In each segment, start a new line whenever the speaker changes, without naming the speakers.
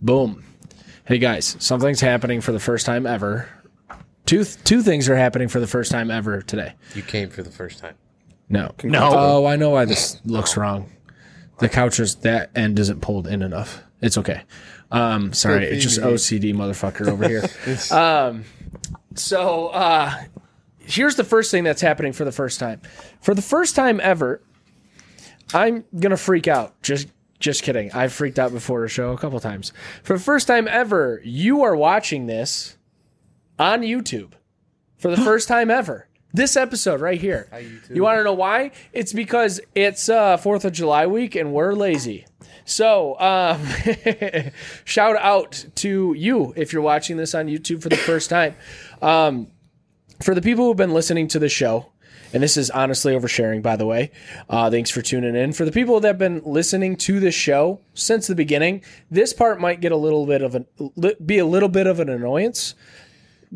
Boom. Hey guys, something's happening for the first time ever. Two two things are happening for the first time ever today.
You came for the first time.
No. No. Oh, I know why this looks wrong. The couch is that end isn't pulled in enougugh. It's okay. Um, sorry, it's just OCD motherfucker over here. um, so uh, here's the first thing that's happening for the first time. For the first time ever, I'm gonna freak out. Just just kidding. I've freaked out before a show a couple times. For the first time ever, you are watching this on YouTube. For the first time ever. This episode right here. You want to know why? It's because it's uh, 4th of July week and we're lazy. So, um, shout out to you if you're watching this on YouTube for the first time. Um, for the people who've been listening to the show, and this is honestly oversharing, by the way. Uh, thanks for tuning in. For the people that have been listening to this show since the beginning, this part might get a little bit of an li- be a little bit of an annoyance.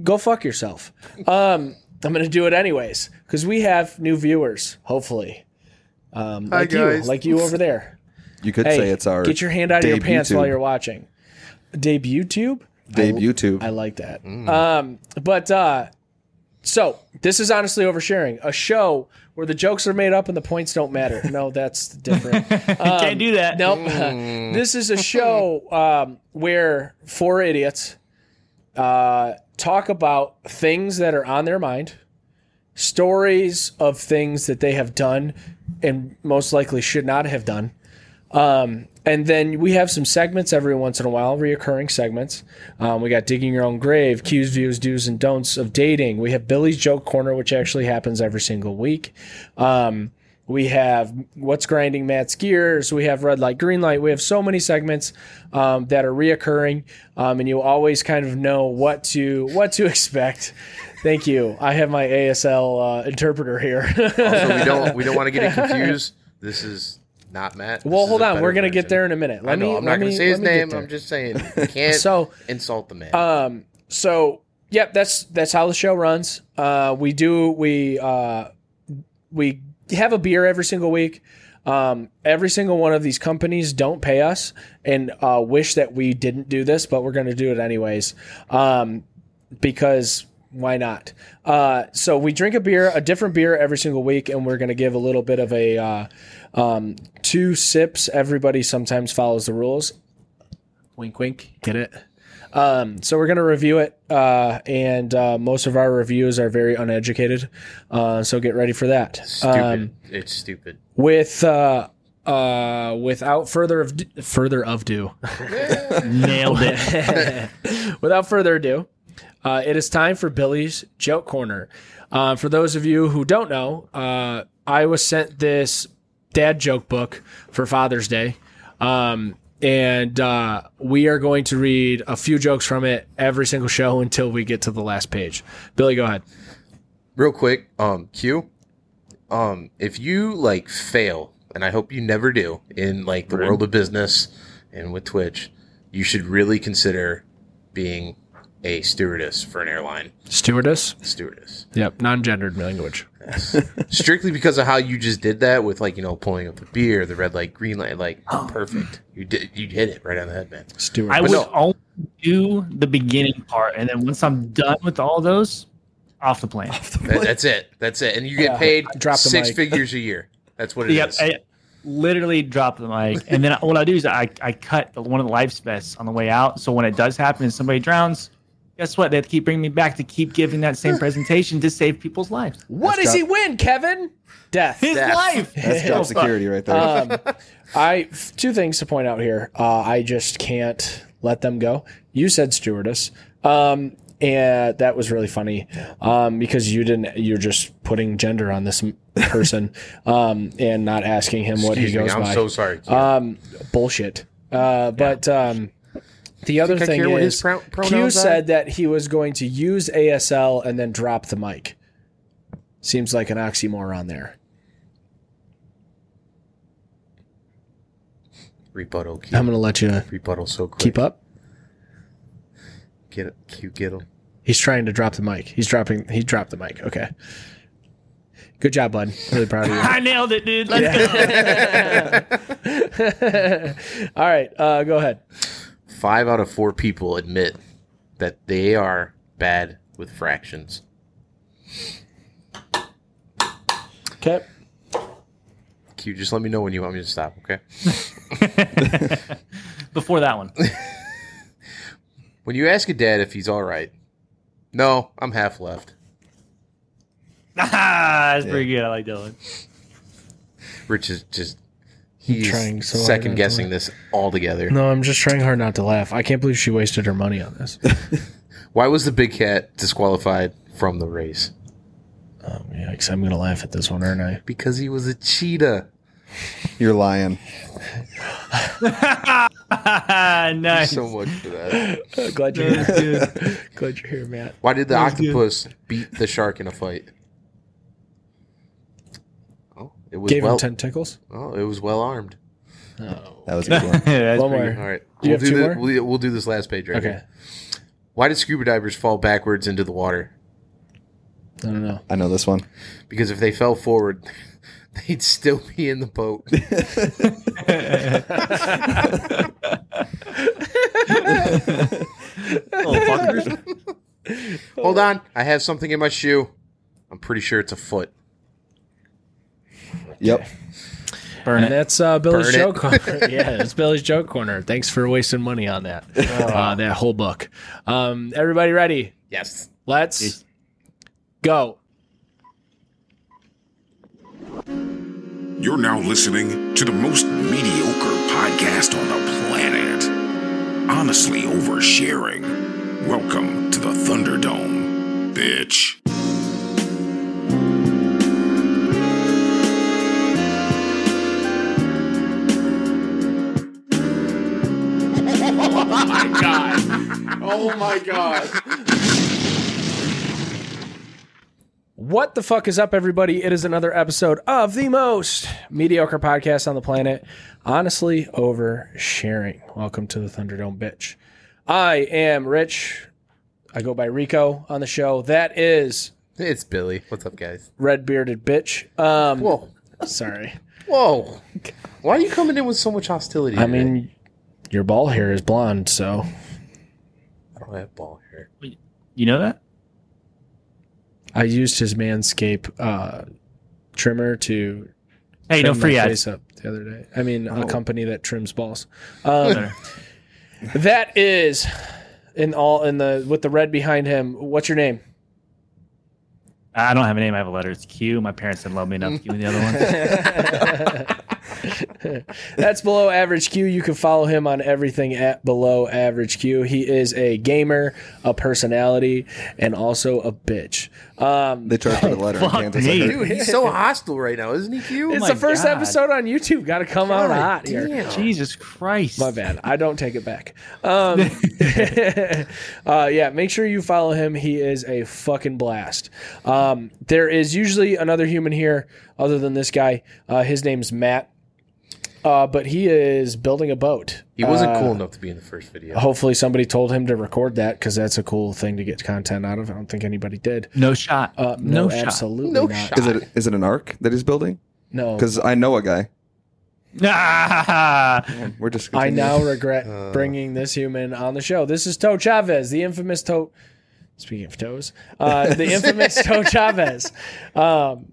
Go fuck yourself. Um, I'm gonna do it anyways because we have new viewers. Hopefully, um, like you,
guys.
like you over there.
You could
Hey,
say it's our
get your hand out of your
debut
pants while
tube.
you're watching. Debut tube.
debut tube.
I like that. Um, but uh, so this is honestly oversharing. A show where the jokes are made up and the points don't matter. No, that's different.
Can't do that.
nope. this is a show um, where four idiots uh, talk about things that are on their mind, stories of things that they have done and most likely should not have done. Um, and then we have some segments every once in a while, reoccurring segments. Um, we got digging your own grave, cues, views, do's, and don'ts of dating. We have Billy's joke corner, which actually happens every single week. Um, we have what's grinding Matt's gears. We have red light, green light. We have so many segments um, that are reoccurring, um, and you always kind of know what to what to expect. Thank you. I have my ASL uh, interpreter
Oh,
here.
So we don't we don't want to get it confused. This is not Matt. This
well,
is
hold
a
on.
better
We're gonna get
version.
there in a minute. Let
I know.
me.
I'm
let
not going
me-
to say
let
his
me get
name.
there.
I'm just saying you can't
So,
insult the man.
Um, so yep, that's that's how the show runs. Uh, we do we uh, we have a beer every single week. Um, every single one of these companies don't pay us and uh, wish that we didn't do this, but we're going to do it anyways um, because why not? Uh, so we drink a beer, a different beer every single week, and we're going to give a little bit of a uh, um, two sips. Everybody sometimes follows the rules. Wink, wink. Get it? Um, so we're gonna review it, uh, and uh, most of our reviews are very uneducated. Uh, so get ready for that.
stupid.
Um,
it's stupid.
with uh, uh, without further of further of do,
Nailed it.
without further ado, uh, it is time for Billy's joke corner. Uh, for those of you who don't know, uh, I was sent this dad joke book for Father's Day. Um, and uh, we are going to read a few jokes from it every single show until we get to the last page. Billy, go ahead.
Real quick, um, Q, um, if you like fail, and I hope you never do in like the world of business and with Twitch, you should really consider being a stewardess for an airline.
Stewardess.
Stewardess.
Yep. Non gendered language.
strictly because of how you just did that with like you know pulling up the beer, the red light, green light, like
Oh.
perfect. You did you hit it right on the head, man.
Stewardess.
I
But
would
no.
only do the beginning part, and then once I'm done with all those, off the plane.
That- that's it. That's it. And you get
Yeah.
paid
Drop the
six
mic.
figures a year. That's what it is.
Yep, I literally drop the mic, and then what I do is I, I cut the, one of the life vests on the way out. So when it does happen and somebody drowns, guess what? They have to keep bringing me back to keep giving that same presentation to save people's lives.
what does he win, Kevin? Death.
His
That's-
life.
That's job security right there.
Uh, I two things to point out here. Uh, I just can't let them go. You said stewardess, um, and that was really funny um, because you didn't. You're just putting gender on this m- person um, and not asking him what he
Excuse me.
goes
I'm
by.
so sorry. Q.
um, bullshit. Uh, but um, the other
I
thing
care what his
is,
pro-
Q
pronouns are?
said that he was going to use ASL and then drop the mic. Seems like an oxymoron there.
rebuttal. Q.
I'm going to let you
rebuttal so quick.
keep up.
Get it. Q. Get him.
He's trying to drop the mic. He's dropping. He dropped the mic. Okay. Good job, bud. Really proud of
I nailed it, dude. Let's go.
you. All right. Uh, go ahead.
five out of four people admit that they are bad with fractions.
Okay.
Q, just let me know when you want me to stop, okay?
Before that one,
When you ask a dad if he's all right, no, I'm half left.
Ah, that's pretty good. I like that one.
Rich is just he's
trying so hard not
second
to
guessing this altogether.
No, I'm just trying hard not to laugh. I can't believe she wasted her money on this.
Why was the big cat disqualified from the race?
Um, yikes! I'm gonna laugh at this one, aren't I?
Because he was a cheetah.
You're lying.
nice.
So much for that.
Uh, glad you're
That's good.
Glad you're here, Matt.
Why did the
That was good.
octopus beat the shark in a fight? Oh, it was
Gave
well.
him ten tickles.
oh, it was well armed.
That was a good one.
That's
One
pretty
more.
All right,
Do you
we'll
have
do
two
the,
more?
We'll, we'll do this last page right
Okay.
here. Why did scuba divers fall backwards into the water?
I don't know.
I know this one.
Because if they fell forward, they'd still be in the boat.
good. Little fuckers.
Hold on, I have something in my shoe. I'm pretty sure it's a foot.
Yep.
Burn
And
it.
that's uh, Billy's
Burn
joke
it.
corner. yeah, it's Billy's joke corner. Thanks for wasting money on that. Uh, that whole book. Um, everybody ready?
Yes.
Let's go.
You're now listening to the most mediocre podcast on the planet. Honestly, oversharing. Welcome to the Thunderdome, bitch.
Oh my god.
What the fuck is up, everybody? It is another episode of the most mediocre podcast on the planet. Honestly, oversharing. Welcome to the Thunderdome, bitch. I am Rich. I go by Rico on the show. That is
It's Billy. What's up, guys?
red bearded bitch. Um,
Whoa.
sorry.
Whoa. Why are you coming in with so much hostility?
I
today?
mean, your ball hair is blonde, so
I don't have ball hair.
You know that?
I used his Manscaped uh, trimmer to
Hey, no
trim
free
my
ads.
face up the other day. I mean, a company that trims balls.
Better.
That is in all in the with the red behind him. What's your name?
I don't have a name. I have a letter. It's Q. My parents didn't love me enough to give me the other one.
That's below average Q. You can follow him on everything at below average Q. He is a gamer, a personality, and also a bitch. Um,
They charged me the letter in
Fuck
Kansas.
me.
I heard.
Dude, he's so hostile right now, isn't he, Q?
it's
Oh my
the first
God.
episode on YouTube. Got to come out hot here.
Jesus Christ.
My bad. I don't take it back. Um, uh, yeah, make sure you follow him. He is a fucking blast. Um, there is usually another human here other than this guy. Uh, his name's Matt, uh, but he is building a boat.
He wasn't
Uh,
cool enough to be in the first video.
Hopefully, somebody told him to record that because that's a cool thing to get content out of. I don't think anybody did.
No shot.
Uh,
no,
no,
shot.
absolutely
No
not.
shot.
Is it is it an arc that he's building?
No,
Because I know a guy.
Ah!
We're just.
I
continuing.
now regret bringing this human on the show. This is Toe Chavez, the infamous Toe. Speaking of toes, uh, the infamous Toe Chavez. Um,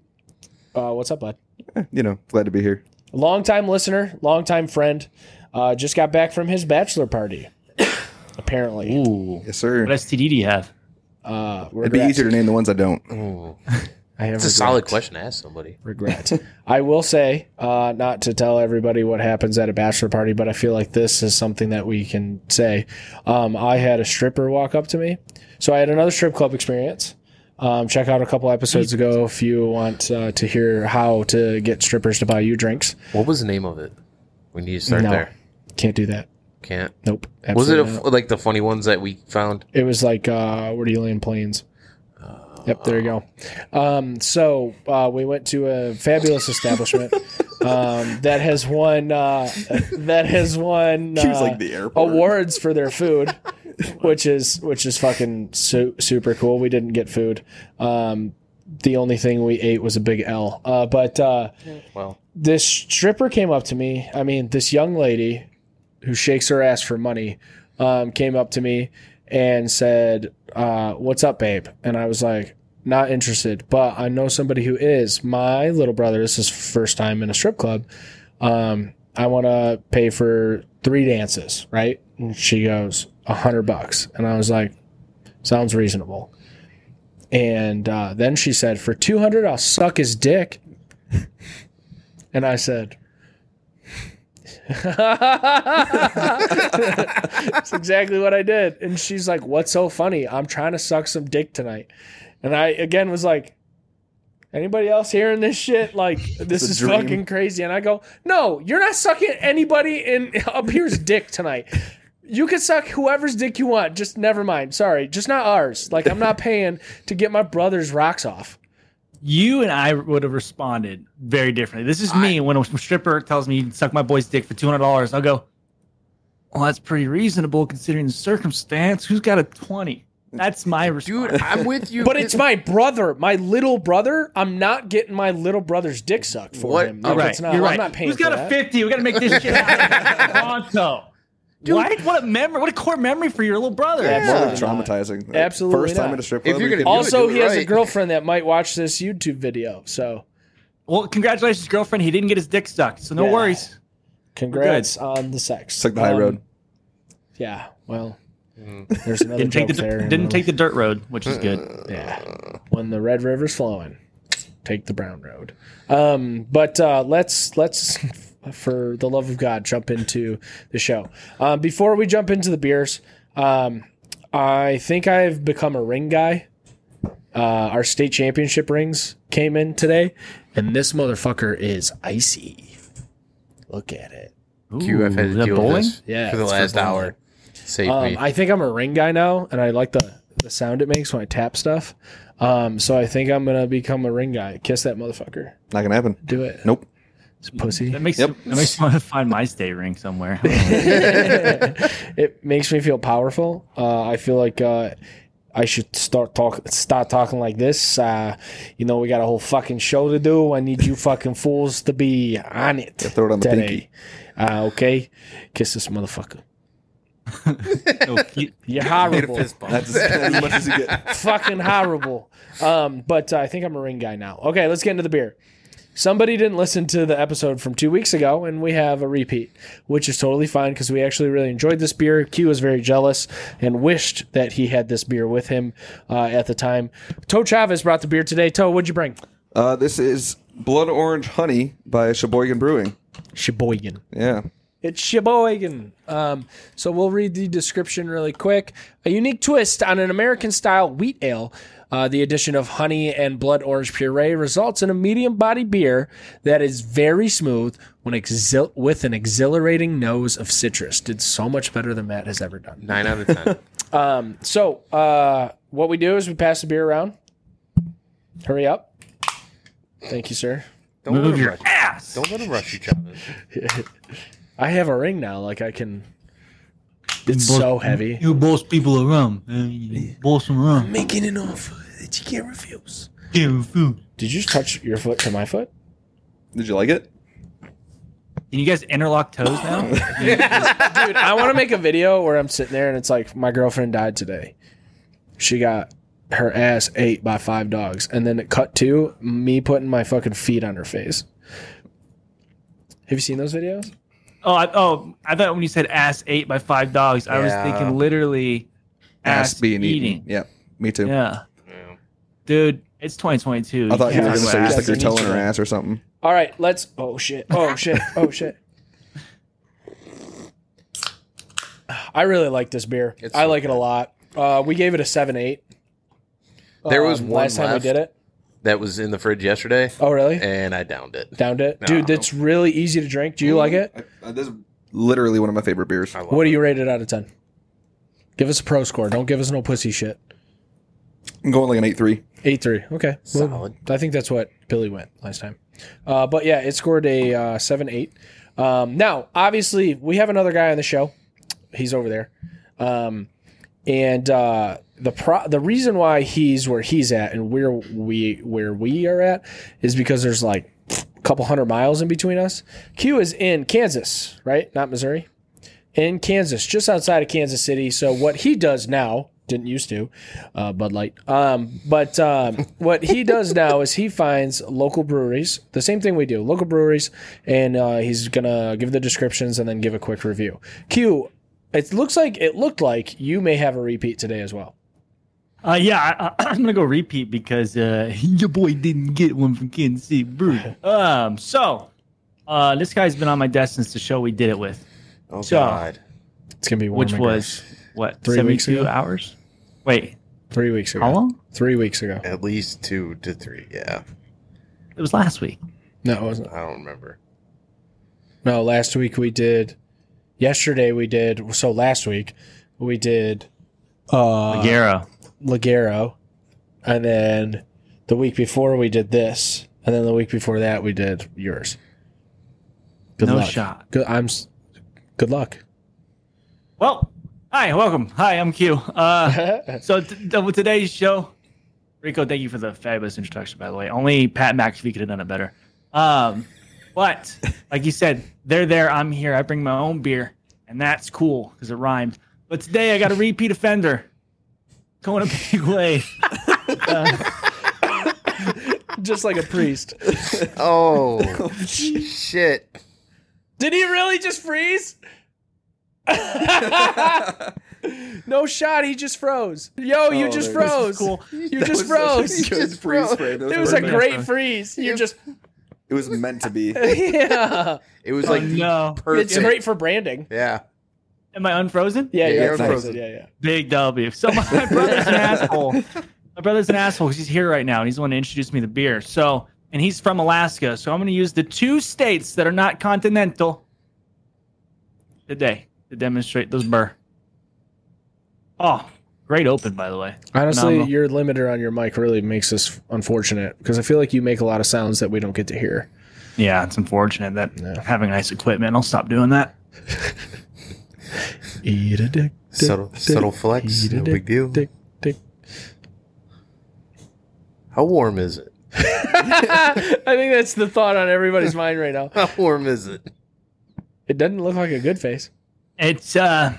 uh, what's up, bud?
You know, glad to be here.
Longtime listener, longtime friend. Uh, just got back from his bachelor party. Apparently,
Ooh.
Yes, sir.
What STD do you have?
uh,
It'd be
regret.
easier to name the ones I don't.
I have
It's a solid question to ask somebody.
regret. I will say, uh, not to tell everybody what happens at a bachelor party, but I feel like this is something that we can say. Um, I had a stripper walk up to me. So I had another strip club experience. Um, check out a couple episodes ago if you want uh, to hear how to get strippers to buy you drinks.
What was the name of it? We need to start
No.
there.
Can't do that.
Can't.
Nope.
Was it
Absolutely
a f
not.
like the funny ones that we found?
It was like, uh, where do you land planes? Yep, there you go. Um, so uh, we went to a fabulous establishment um, that has won uh, that has won uh,
She was like the airport.
awards for their food, which is which is fucking su- super cool. We didn't get food. Um, the only thing we ate was a big L. Uh, but uh,
Well,
this stripper came up to me. I mean, this young lady who shakes her ass for money um, came up to me and said, uh, "What's up, babe?" And I was like, "Not interested, but I know somebody who is. My little brother. This is first time in a strip club. Um, I want to pay for three dances, right?" And she goes, "A hundred bucks," and I was like, "Sounds reasonable." And uh, then she said, "For two hundred, I'll suck his dick." And I said, That's exactly what I did. And she's like, What's so funny? I'm trying to suck some dick tonight. And I again was like, Anybody else hearing this shit? Like, this
a
is
dream.
fucking crazy. And I go, No, you're not sucking anybody in up here's dick tonight. You can suck whoever's dick you want. Just never mind. Sorry. Just not ours. Like, I'm not paying to get my brother's rocks off.
you and I would have responded very differently. This is me when a stripper tells me you can suck my boy's dick for two hundred dollars. I'll go, well, that's pretty reasonable considering the circumstance. Who's got a twenty? That's my response.
Dude, I'm with you.
But it's my brother, my little brother. I'm not getting my little brother's dick sucked for
What?
him.
You're
Like,
right.
it's not-
You're right.
I'm not paying
Who's
for
got
that.
a fifty? We got to make this shit happen. Pronto. What? What a memory! What a core memory for your little brother.
Absolutely
Absolutely not.
traumatizing. Like,
Absolutely
First time
not.
at a strip
If
club.
you're
you
gonna
can-
do
Also,
it
he has a
right.
girlfriend that might watch this YouTube video. So,
Well, congratulations, girlfriend. He didn't get his dick sucked, so no
Yeah.
worries.
congrats on the sex.
it's like the high
Um,
road.
Yeah. Well, there's another
Didn't take
joke
the
there. you
didn't
know.
take the dirt road, which is good.
Yeah. When the Red River's flowing, take the Brown Road. Um, but uh, let's let's for the love of God jump into the show. Um, before we jump into the beers, um, I think I've become a ring guy. Uh, our state championship rings came in today, and this motherfucker is icy. Look at it.
QF had
Ooh,
to
that
deal with
bowling?
this
Yeah,
for the
it's for
last
bowling.
hour. Save
Um,
me.
I think I'm a ring guy now, and I like the, the sound it makes when I tap stuff. Um, so I think I'm gonna become a ring guy. Kiss that motherfucker.
Not gonna happen.
Do it.
Nope.
It's a pussy.
That makes
Yep.
that makes me want to find my state ring somewhere.
it makes me feel powerful. Uh, I feel like uh, I should start talk start talking like this. Uh, you know, we got a whole fucking show to do. I need you fucking fools to be on it.
throw it on the
today.
pinky.
Uh, okay, kiss this motherfucker.
No, Oh, you-
You're horrible.
That's as much as you get.
fucking horrible. Um, but I think I'm a ring guy now. Okay, let's get into the beer. Somebody didn't listen to the episode from two weeks ago, and we have a repeat, which is totally fine because we actually really enjoyed this beer. Q was very jealous and wished that he had this beer with him uh, at the time. Toe Chavez brought the beer today. Toe, what'd you bring?
Uh, this is Blood Orange Honey by Sheboygan Brewing.
Sheboygan.
Yeah.
It's Sheboygan. Um, so we'll read the description really quick. A unique twist on an American style wheat ale. Uh, the addition of honey and blood orange puree results in a medium body beer that is very smooth when exil- with an exhilarating nose of citrus. Did so much better than Matt has ever done.
Nine out of ten.
So uh, what we do is we pass the beer around. Hurry up. Thank you, sir.
Don't let
move
him
your
rush.
ass.
Don't let him rush you, Chavez.
I have a ring now. Like I can. It's so heavy.
You boss people around. You boss them around.
Making an offer that you can't refuse.
Give food.
Did you just touch your foot to my foot?
Did you like it?
Can you guys interlock toes now?
Dude, I want to make a video where I'm sitting there and it's like, my girlfriend died today. She got her ass ate by five dogs. And then it cut to me putting my fucking feet on her face. Have you seen those videos?
oh, I, oh, I thought when you said ass ate by five dogs, I was
Yeah.
thinking literally ass, being eating.
Yeah. Me too.
Yeah. Dude, it's 2022.
I thought you were
Yeah.
gonna say you
That's
stuck your
an
toe in
easy
her
one.
ass or something.
All right, let's. Oh shit! Oh shit! Oh shit! I really like this beer.
It's
I
so
like it a lot. Uh, we gave it a seven eight. Um,
There was one
last time we
left.
did it.
That was in the fridge yesterday,
Oh really?
and I downed it.
Downed it, dude. That's really easy to drink. Do you like it?
I, this is Oh. literally one of my favorite beers.
I love
What do
it.
you rate it out of 10? Give us a pro score. Don't give us no pussy shit.
I'm going like an eight three.
8 3. Okay. Well,
Solid.
I think that's what Billy went last time. Uh, but yeah, it scored a uh, 7 8. Um, now, obviously, we have another guy on the show. He's over there. Um, and uh, the pro- the reason why he's where he's at and where we where we are at is because there's like a couple hundred miles in between us. Q is in Kansas, right? Not Missouri. in Kansas, just outside of Kansas City. So what he does now didn't used to, uh, Bud Light. Um, but um, what he does now is he finds local breweries, the same thing we do, local breweries, and uh, he's gonna give the descriptions and then give a quick review. Q, it looks like it looked like you may have a repeat today as well.
Uh, yeah, I, I, am gonna go repeat because uh, your boy didn't get one from Kansas City Brewery. Um, so uh, this guy's been on my desk since the show we did it with,
Oh
So-
God.
It's gonna be warm
which
and
was
gross.
what
Three weeks
72
ago?
hours. Wait,
three weeks ago.
how long?
Three weeks ago.
At least two to three. Yeah.
It was last week.
No, it wasn't.
I don't remember.
No, last week we did. Yesterday we did. So last week we did uh,
Guerra.
Ligero, and then the week before we did this, and then the week before that we did yours.
No
luck.
shot.
Good. I'm. s- Good luck.
Well, hi, welcome. Hi, I'm Q. Uh, so t- t- with today's show, Rico, thank you for the fabulous introduction, by the way. Only Pat McAfee could have done it better. Um, but like you said, they're there, I'm here. I bring my own beer, and that's cool because it rhymed. But today I got a repeat offender going a big way.
Just like a priest.
Oh shit.
Did he really just freeze? no shot. He just froze. Yo, you
Oh,
just
there it
froze.
is.
Cool.
You just froze.
It was,
It was a
perfect.
great freeze. You just
It was meant to be.
yeah.
It was like
Oh,
the
no.
perfect.
It's great for branding.
Yeah.
Am I unfrozen?
Yeah,
Yeah,
yeah,
you're
frozen.
frozen.
yeah, yeah.
Big W. So my brother's an asshole. My brother's an asshole. 'cause He's here right now, and he's the one to introduce me to beer. So, and he's from Alaska. So I'm going to use the two states that are not continental today to demonstrate those burr. Oh, great open by the way.
Honestly,
Phenomenal.
your limiter on your mic really makes this unfortunate because I feel like you make a lot of sounds that we don't get to hear.
Yeah, it's unfortunate that having nice equipment. I'll stop doing that.
Eat a dick. dick,
Subtle,
dick,
subtle flex.
eat a
No
dick,
big deal.
Dick, dick.
How warm is it?
I think that's the thought on everybody's mind right now.
How warm is it?
It doesn't look like a good face.
It's uh,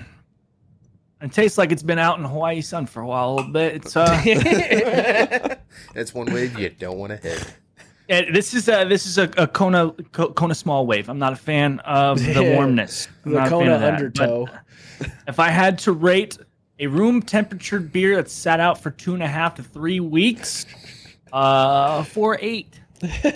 it tastes like it's been out in Hawaii sun for a while a little bit. It's uh.
That's one wave you don't want to hit.
Yeah, Uh, this is a this is a, a Kona Co- Kona small wave. I'm not a fan of the
Yeah.
warmness. I'm
the
not a fan
Kona
of that.
undertow.
But If I had to rate a room temperature beer that's sat out for two and a half to three weeks, uh, four eight. but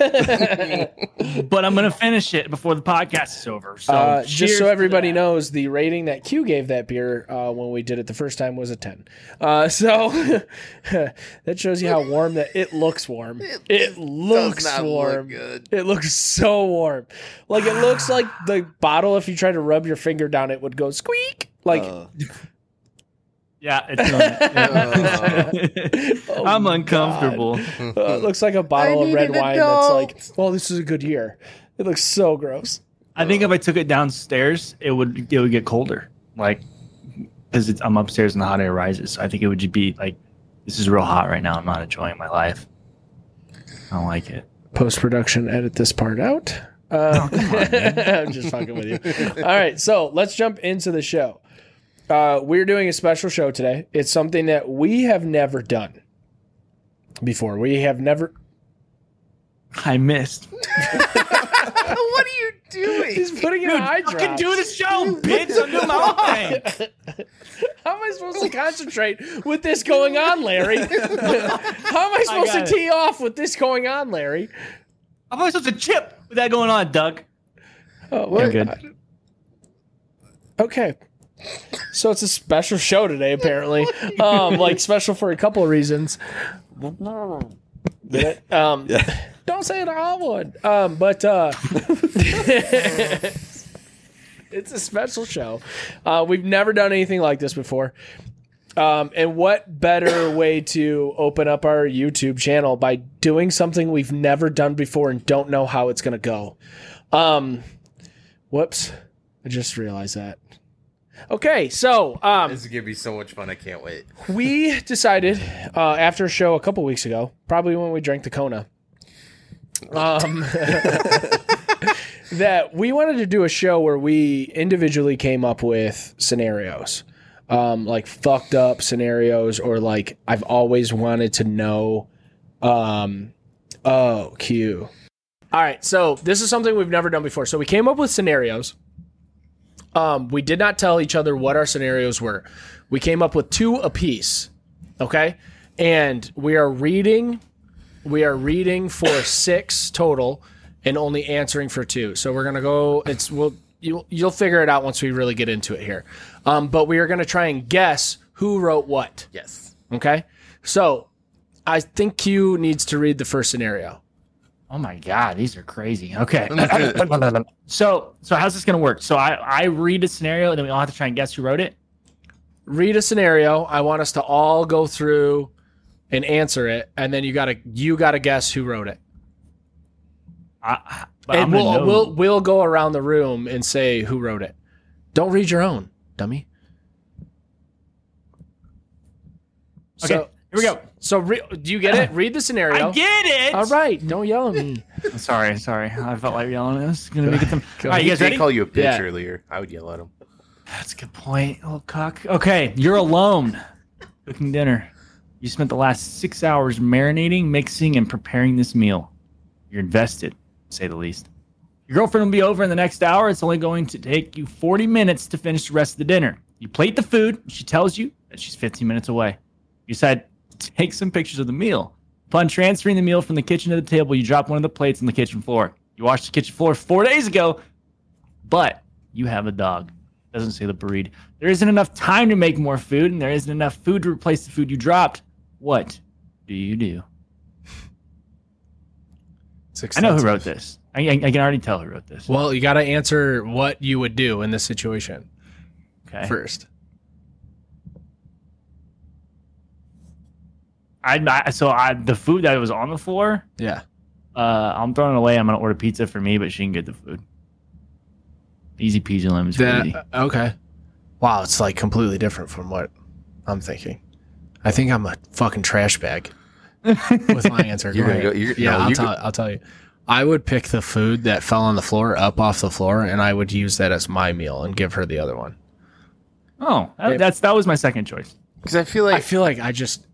I'm gonna finish it before the podcast is over. So
Uh,
Oh,
cheers
just
to
so everybody
that.
knows, the rating that Q gave that beer uh, when we did it the first time was a ten. Uh, so that shows you how warm that it looks warm. It, looks
not look
warm.
good.
It looks so warm. Like it looks like the bottle. If you try to rub your finger down, it would go squeak. Like
Uh,
yeah, it's doing it. Yeah.
oh,
I'm uncomfortable.
uh, it looks like a bottle of
need
red
an
wine
adult.
that's like, well, this is a good year. It looks so gross.
I think if I took it downstairs, it would it would get colder, like because I'm upstairs and the hot air rises. So I think it would just be like, this is real hot right now. I'm not enjoying my life. I don't like it.
post production edit this part out.
Oh,
Uh, I'm just fucking with you. All right, so let's jump into the show. Uh, we're doing a special show today. It's something that we have never done before. We have never.
I missed.
what are you doing?
He's putting in eye drops.
the show, bitch. I'm doing my own thing.
How am I supposed to concentrate with this going on, Larry? How am I supposed to
got it.
tee off with this going on, Larry?
I'm always supposed to chip with that going on, Doug.
Oh,
I'm
what?
good.
Okay. So it's a special show today, apparently. um, like special for a couple of reasons. Did it? Um,
yeah.
Don't say it I would. Um, but uh, it's a special show. Uh, we've never done anything like this before. Um, and what better way to open up our YouTube channel by doing something we've never done before and don't know how it's going to go? Um, whoops. I just realized that. Okay, so um,
This is gonna be so much fun. I can't wait.
we decided uh, after a show a couple weeks ago, probably when we drank the Kona. Um, that we wanted to do a show where we individually came up with scenarios, um, like fucked up scenarios, or like I've always wanted to know. Um, oh, Q. All right, so this is something we've never done before. So we came up with scenarios. Um, we did not tell each other what our scenarios were. We came up with two apiece, okay? And we are reading, we are reading for six total, and only answering for two. So we're gonna go. It's we'll you'll you'll figure it out once we really get into it here. Um, but we are gonna try and guess who wrote what.
Yes.
Okay, so I think Q needs to read the first scenario.
Oh my god, these are crazy. Okay, so so how's this gonna work? So I I read a scenario and then we all have to try and guess who wrote it.
read a scenario. I want us to all go through and answer it, and then you gotta you gotta guess who wrote it.
I, but I'm
And
gonna
we'll
know.
we'll we'll go around the room and say who wrote it. Don't read your own, dummy.
okay, here we go.
So re- do you get it? Read the scenario.
I get it.
all right, don't yell at me.
I'm sorry, sorry. I felt like yelling. This is gonna make it some. All right, you guys
They
ready?
call you a bitch
Yeah.
earlier. I would yell at him.
That's a good point, old cock. Okay, you're alone cooking dinner. You spent the last six hours marinating, mixing, and preparing this meal. You're invested, to say the least. Your girlfriend will be over in the next hour. It's only going to take you 40 minutes to finish the rest of the dinner. You plate the food. She tells you that she's 15 minutes away. You decide to take some pictures of the meal. Upon transferring the meal from the kitchen to the table, you drop one of the plates on the kitchen floor. You washed the kitchen floor four days ago, but you have a dog. Doesn't say the breed. There isn't enough time to make more food, and there isn't enough food to replace the food you dropped. What do you do? I know who wrote this. I, I, I can already tell who wrote this.
Well, you gotta answer what you would do in this situation
Okay.
first.
I, I so I the food that was on the floor.
Yeah.
Uh, I'm throwing it away. I'm gonna order pizza for me, but she can get the food. Easy peasy lemon squeezy.
That uh, okay. Wow, it's like completely different from what I'm thinking. I think I'm a fucking trash bag with my answer.
You're gonna
ahead.
go- you're-
yeah,
no,
I'll,
you
tell,
go-
I'll tell you. I would pick the food that fell on the floor up off the floor, and I would use that as my meal and give her the other one.
oh, that, that's that was my second choice.
Because I feel like
I feel like I just,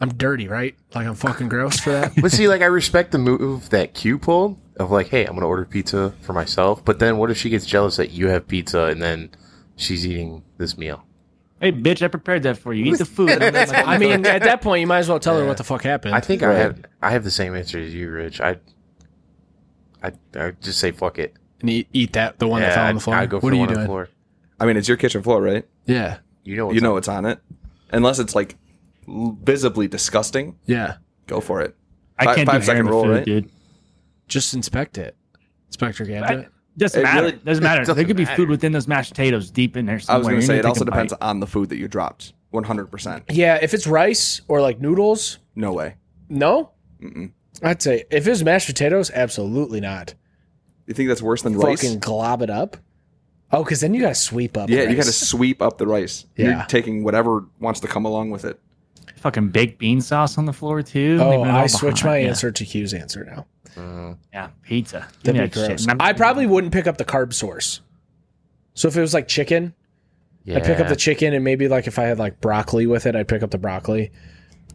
I'm dirty, right? Like I'm fucking gross for that.
But see, like, I respect the move that Q pulled of like, hey, I'm gonna order pizza for myself. But then, what if she gets jealous that you have pizza and then she's eating this meal?
Hey, bitch! I prepared that for you. Eat the food. I don't know, like,
I mean, at that point, you might as well tell her what the fuck happened.
I think I have I have the same answer as you, Rich. I I I just say fuck it.
and eat, eat that the one that fell on the floor.
I I'd go for
what
the
are you
one on
doing?
the floor.
I mean, it's your kitchen floor, right?
Yeah,
You know,
you know what's on it, unless it's like l- visibly disgusting.
yeah.
Go for it.
I
Fi-
can't do
five
hair
second
in the
roll,
food,
right?
dude.
Just inspect it, Inspector Gadget.
Doesn't
It
matter.
really-
doesn't matter.
doesn't
there could be
matter.
food within those mashed potatoes deep in there
I
somewhere.
was going to
You're
say it
take
also
a bite.
depends on the food that you dropped. One hundred percent.
Yeah, if it's rice or like noodles,
No way.
no.
Mm-mm.
I'd say if it's mashed potatoes, absolutely not.
You think that's worse than rice?
Fucking glob it up. Oh, because then you gotta sweep up.
Yeah, you got to
rice.
sweep up the rice.
Yeah.
You're taking whatever wants to come along with it.
Fucking baked bean sauce on the floor too.
Oh,
leaving it all
I switched my
behind. Yeah.
answer to Q's answer now.
Mm.
Yeah, pizza. Give me
That'd be
that shit.
gross.
Nom-
I probably wouldn't pick up the carb source. So if it was like chicken,
yeah.
I'd pick up the chicken, and maybe like if I had like broccoli with it, I'd pick up the broccoli.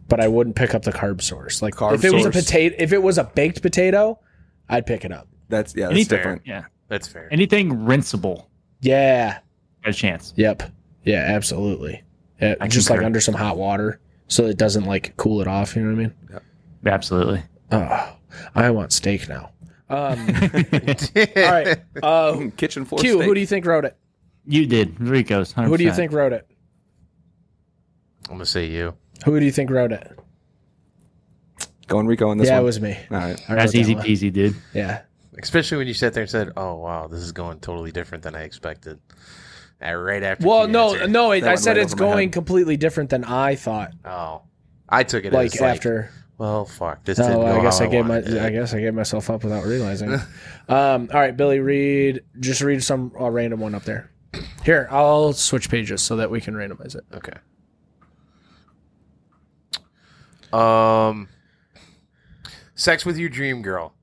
But I wouldn't pick up the carb source. Like
Carb
if it was a
source.
potato, if it was a baked potato, I'd pick it up.
That's yeah, that's
Anything-
different.
Yeah,
That's fair.
anything rinseable.
Yeah,
Got a chance.
Yep. Yeah, absolutely. Yeah,
I
just like
concur.
under some hot water so it doesn't like cool it off. You know what I mean?
Absolutely.
Oh, I want steak now. Um, all right. Uh,
Mm, Kitchen floor.
Q, who
steak.
do you think wrote it?
You did. Rico's. 100%.
Who do you think wrote it?
I'm gonna say you.
Who do you think wrote it?
Going Rico on this
yeah,
one.
it was me.
All right.
I wrote
That's
that
easy
one.
peasy, dude.
Yeah.
Especially when you sat there and said, "Oh wow, this is going totally different than I expected." Uh, right after.
Well,
Q
no,
answered.
no. It,
That
I
went
said
right
it's
over my head.
going completely different than I thought.
Oh, I took it
Like
as
after.
Well, fuck. This didn't
No,
go
Oh, I guess
how
I gave my.
wanted it.
I guess I gave myself up without realizing. it. um. All right, Billy. Read. Just read some uh, random one up there. Here, I'll switch pages so that we can randomize it.
Okay. Um, sex with your dream girl.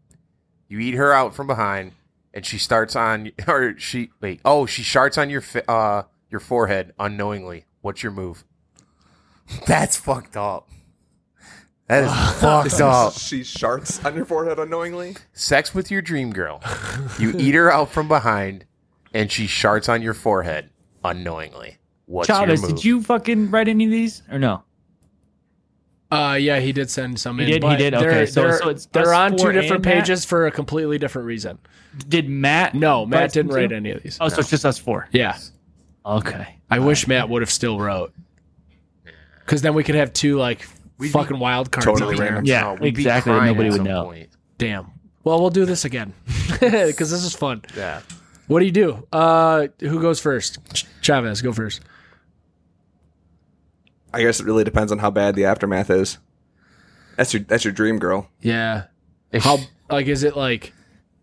You eat her out from behind. and she starts on or she wait oh she starts on your fa- uh your forehead unknowingly. What's your move? That's fucked up. That is fucked up.
Oh. She sharts on your forehead unknowingly.
Sex with your dream girl. You eat her out from behind, and she sharts on your forehead unknowingly. What's
Chavez,
your move?
did you fucking write any of these or no?
Uh, yeah, he did send some in.
did- he
but
did? Okay,
they're,
so-
they're,
so it's
they're
us
on two
four
different
and Matt?
pages for a completely different reason.
Did Matt?
No, Matt
write some
didn't write
too?
any of these.
Oh, so it's just us four.
Yeah,
Okay.
I wish Matt would have still wrote, because then we could have two like fucking wild cards.
Totally
in there.
random.
Yeah,
No, we'd be
exactly,
crying
nobody
at
would
some
know.
point.
Damn. Well, we'll do this again because this is fun.
Yeah.
What do you do? Uh, who goes first? Ch- Chavez, go first.
I guess it really depends on how bad the aftermath is. That's your that's your dream girl.
Yeah. How like is it like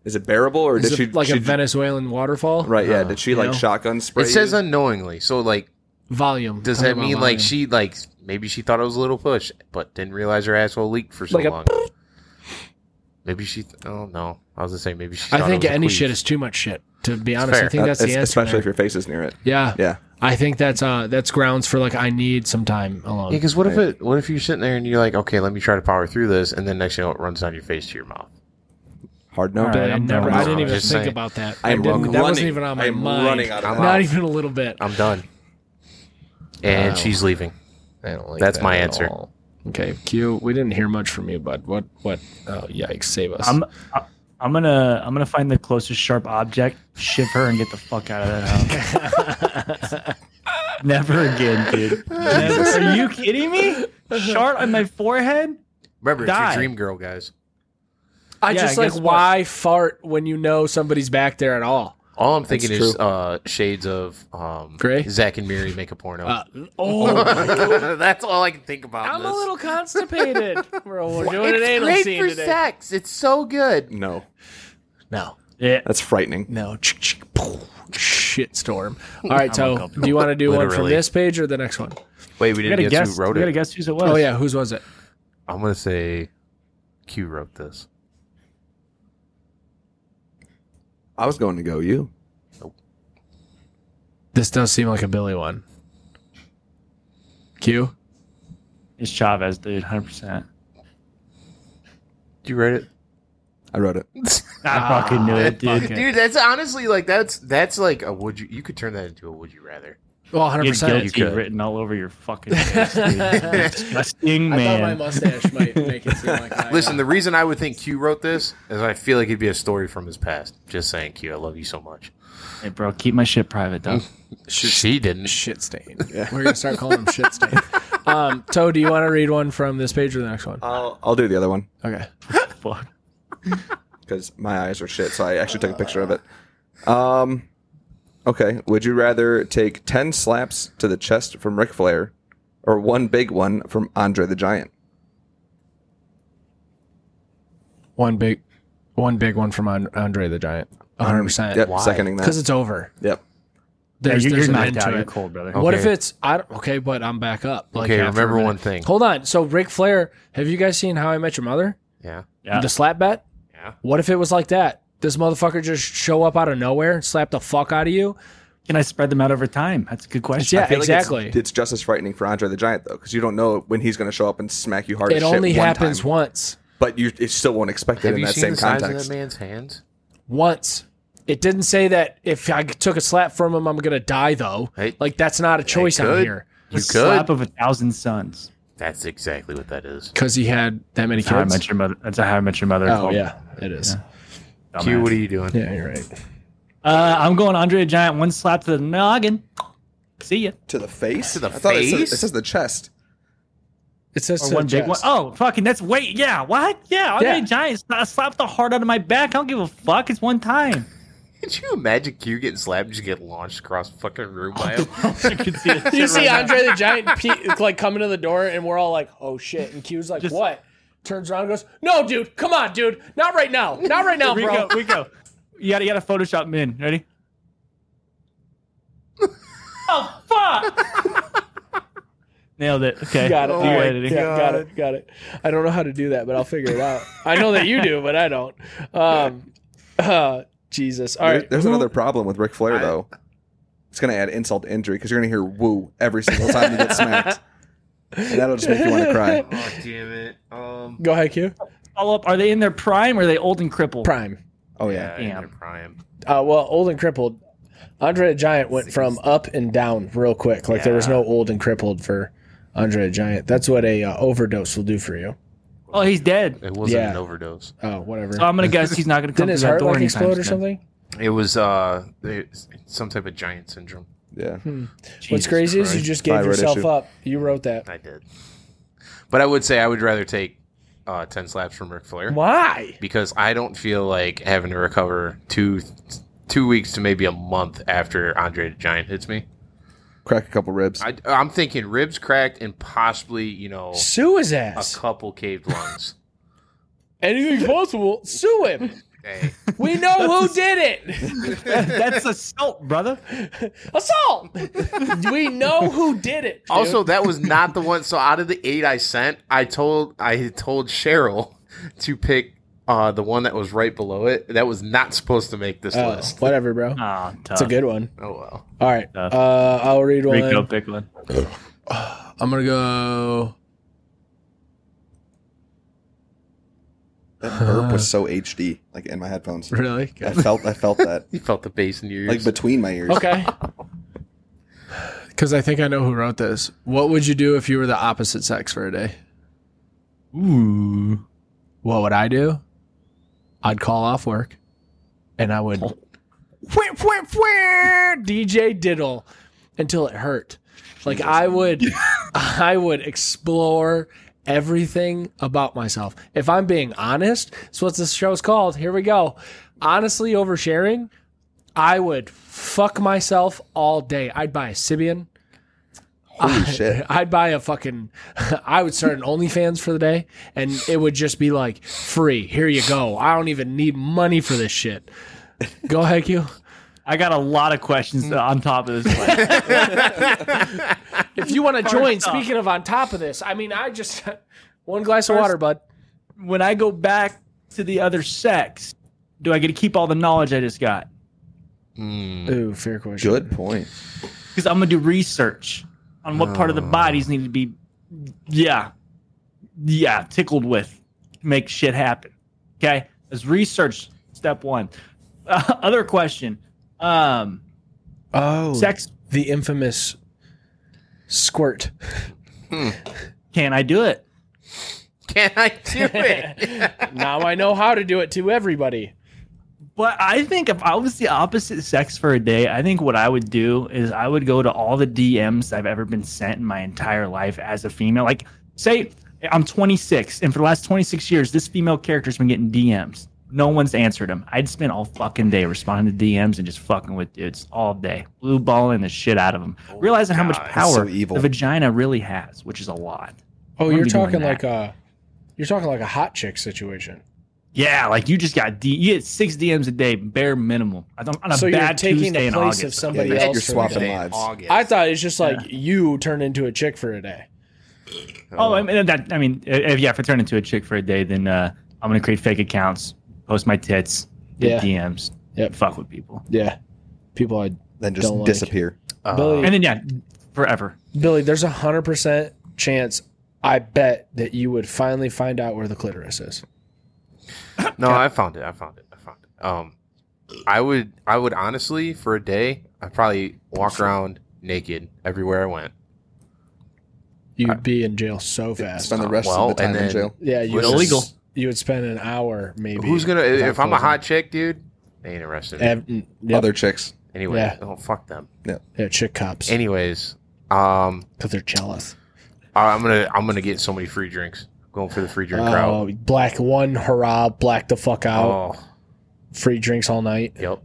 Is it bearable or
is
did she
it like
she-
a Venezuelan waterfall?
Right, yeah. Did she
you
like
know?
shotgun spray?
It says
you?
unknowingly, so like
Volume.
Does
Talking
that
about
mean like
volume.
she like maybe she thought it was a little push, but didn't realize her asshole leaked for so
Like a
long? Maybe she. Th- oh no, I was gonna say maybe she.
I
thought
think
it was a
any
queef.
shit is too much shit. To be honest, I
fair.
think that's
Uh,
the answer.
especially
there.
if your face is near it.
yeah.
Yeah.
I think that's uh that's grounds for like I need some time alone.
Yeah, because what if it? What if you're sitting there and you're like, okay, let me try to power through this, and then next thing you know, it runs down your face to your mouth.
Hard no.
Dude, I
I'm
never.
done.
I didn't even
Just
think
saying.
about that.
I am
didn't-
running.
That wasn't even on my
I am
mind.
running out of
Not
mouth.
even a little bit.
I'm done. And she's leaving. That's my answer.
Okay, Q. We didn't hear much from you, bud. What? What? Oh, yikes! Save us.
I'm I- I'm gonna I'm gonna find the closest sharp object, shiv her, and get the fuck out of that house. Never again, dude. Never. Are you kidding me? Sharp on my forehead?
Remember, it's
Die.
your dream girl, guys.
I
Yeah,
just
I
like
guess what-
why fart when you know somebody's back there at all.
All I'm thinking
That's
is
true.
uh, shades of um,
Gray?
Zach and Miri make a porno.
Uh, oh,
That's all I can think about.
I'm
this.
a little constipated. We're, we're doing an anal scene today.
sex. It's so good.
No.
No,
Yeah.
That's frightening.
no, shit storm. All right, so do you want to do one from
Literally.
this page or the next one?
Wait, we
We gotta
didn't guess
guess.
who wrote
we gotta
it.
guess whose it was.
Oh yeah, whose was it?
I'm gonna say Q wrote this.
I was going to go you.
This does seem like a Billy one. Q.
It's Chavez, dude. 100. percent
Did you write it,
I wrote it.
I Ah. fucking knew it, dude.
dude? That's honestly like that's that's like a would you? You could turn that into a would you rather.
Well, 100.
Get
percent
guilty
could.
written all over your fucking face, dude. Disgusting man.
mustache might make it seem like. I,
Listen, the reason I would think Q wrote this is I feel like it'd be a story from his past. Just saying, Q, I love you so much.
Hey, bro, keep my shit private, though.
Mm.
She didn't.
shit stain. We're gonna start calling him shit stain. Um, so, do you want to read one from this page or the next one?
I'll I'll do the other one
Okay.
Fuck.
because my eyes are shit. So I actually took a picture of it. Um. Okay. Would you rather take ten slaps to the chest from Ric Flair, or one big one from Andre the Giant?
One big, one big one from An- Andre the Giant. 100. percent
Yep. Seconding
Because
that.
it's over.
Yep.
Yeah,
There's,
you're
there's
you're
an
knocked
end
out.
to
You're
it. Oh.
cold, brother.
What if
Okay.
it's I don't, okay, but I'm back up. like,
Okay,
after a
remember
minute.
one thing.
Hold on. So Ric Flair, have you guys seen How I Met Your Mother?
Yeah.
Yeah.
The slap bet?
Yeah.
What if it was like that? This motherfucker just show up out of nowhere, slap the fuck out of you.
Can I spread them out over time? That's a good question.
Yeah,
I feel like it's-
exactly.
It's, just as frightening for Andre the Giant though, because you don't know when he's going to show up and smack you hard.
it
as shit
only
one
happens
time,
once.
but you it still won't expect it
Have
in
you
that
seen
same
the size
context.
of that man's hands?
Once. It didn't say that if I took a slap from him, I'm gonna die though.
Hey.
like that's not a choice out
could.
here.
The
You
slap
could.
of a thousand suns.
That's exactly what that is.
Because he had that many
That's how I
kids.
met your mother. That's how I met your mother.
Oh yeah, it is.
Q, what are you doing?
Yeah, you're right.
Uh, I'm going Andre the Giant. One slap to the noggin. See ya.
to the face.
To the
I thought It
face?
says, it says the chest.
It says
Or
to
one big
chest.
one. Oh, fucking. That's wait. Yeah. What? Yeah. Andre
Yeah.
the Giant. I slapped the heart out of my back. I don't give a fuck. It's one time.
Could you imagine Q getting slapped and just get launched across the fucking room by him?
you can see it.
You see Andre the Giant pe- like coming to the door, and we're all like, "Oh shit!" And Q's like,
Just-
"What?" Turns around and goes, "No, dude, come on, dude, not right now, not right now, bro."
Rico, Rico. You gotta, you gotta Photoshop me in. Ready? oh, fuck! Nailed it. Okay.
Got it.
You
All right.
editing.
Yeah, got it. Got it. I don't know how to do that, but I'll figure it out. I know that you do, but I don't. Um, uh, Jesus. All right.
There's
who-
another problem with Ric Flair
I-
though. It's gonna add insult to injury because you're gonna hear "woo" every single time you get smacked, and that'll just make you want to cry.
Oh damn it! Um,
Go ahead, Q.
Follow up: Are they in their prime? or Are they old and crippled?
Prime.
Oh yeah,
Damn.
in their prime.
Uh, well, old and crippled. Andre the Giant went from up and down real quick. Like there was no old and crippled for Andre the Giant. That's what a uh, overdose will do for you.
Oh, he's dead.
It wasn't
Yeah.
an overdose.
Oh, whatever.
So I'm gonna guess he's not gonna
Didn't
come through
his
that
heart
door
like
anytime
explode or
soon.
something?
It was uh, it's some type of giant syndrome.
yeah.
What's
Jesus
crazy is
Christ.
you just gave
Thyroid
yourself
issue.
up. You wrote that.
I did, but I would say I would rather take uh, ten slaps from Ric Flair
Why?
because I don't feel like having to recover two two weeks to maybe a month after Andre the Giant hits me.
Crack a couple ribs.
I, I'm thinking ribs cracked and possibly you know
Sue his
a
ass.
couple caved lungs.
Anything's possible. Sue him.
hey,
We know who did it.
That's assault, brother.
Assault. we know who did it. dude.
Also, that was not the one. So out of the eight I sent, I told I had told Cheryl to pick uh, the one that was right below it. That was not supposed to make this
Oh,
list.
whatever, bro.
Ah, tough.
It's a good one.
Oh well.
All right.
Tough.
Uh, I'll read one.
Rico Picklin.
I'm gonna go.
that burp was so HD, like in my headphones.
Really?
I felt, I felt that,
You felt the bass in your ears.
like between my ears.
Okay. Because I think I know who wrote this. What would you do if you were the opposite sex for a day?
Ooh.
What would I do? I'd call off work, and I would whip, whip, whip, DJ diddle until it hurt. Like I would, I would explore everything about myself. If I'm being honest, that's what this show's called. Here we go. Honestly, oversharing. I would fuck myself all day. I'd buy a Sibian.
Holy shit!
I'd buy a fucking. I would start an OnlyFans for the day, and it would just be like free. Here you go. I don't even need money for this shit. Go ahead, Q.
I got a lot of questions
Mm.
uh, on top of this. One.
If you want to join,
enough.
speaking of on top of this, I mean, I just one glass of water, bud.
when I go back to the other sex, do I get to keep all the knowledge I just got?
Mm.
Ooh, fair question.
Good point.
Because I'm gonna do research on what part of the
Oh.
bodies need to be, yeah, yeah, tickled with to make shit happen. Okay, that's research step one. Uh, other question, um,
Oh,
sex?
the infamous squirt.
Can I do it?
Can I do it?
now I know how to do it to everybody.
But I think if I was the opposite sex for a day, I think what I would do is I would go to all the DMs I've ever been sent in my entire life as a female. Like, say I'm 26, and for the last 26 years, this female character's been getting DMs. No one's answered them. I'd spend all fucking day responding to DMs and just fucking with dudes all day, blue balling the shit out of them, realizing how much
God,
Oh that's so
power
evil.
the vagina really has, which is a lot.
Oh,
Why
you're
are you doing
talking
that?
like a, you're talking like a hot chick situation.
Yeah, like you just got D- you get six DMs a day, bare minimum. I don't- On a
So you're
bad
taking
Tuesday
the
in
place
August.
of somebody
Yeah, you're-
else.
you're
for the
swapping
day.
In
lives.
August.
I thought it's just like you turned into a chick for a day.
Oh, I mean, that, I mean, if, yeah, if I turn into a chick for a day, then uh, I'm gonna create fake accounts, post my tits,
Yeah.
get DMs,
Yep.
fuck with people,
Yeah. People I
Then just
Don't like-
disappear.
Uh,
Billy
and then yeah, forever.
Billy, there's a hundred percent chance I bet that you would finally find out where the clitoris is.
No, I found it. I found it. I found it. Um, I would, I would honestly, for a day, I probably walk around naked everywhere I went.
You'd be in jail so fast.
Spend the rest
Well,
of the time
and
in
then-
jail.
Yeah, you
It's illegal.
You would spend an hour maybe.
Who's gonna? If,
without
I'm a
closing.
hot chick, dude, they ain't interested. in me.
Ev- mm, yep.
Other chicks.
Anyway,
Yeah.
oh fuck them.
yeah, chick cops
Anyways, um,
because they're jealous.
I- I'm gonna, I'm gonna get so many free drinks. Going for the free drink
Oh,
route.
black one, hurrah! Black the fuck out.
Oh,
Free drinks all night.
yep.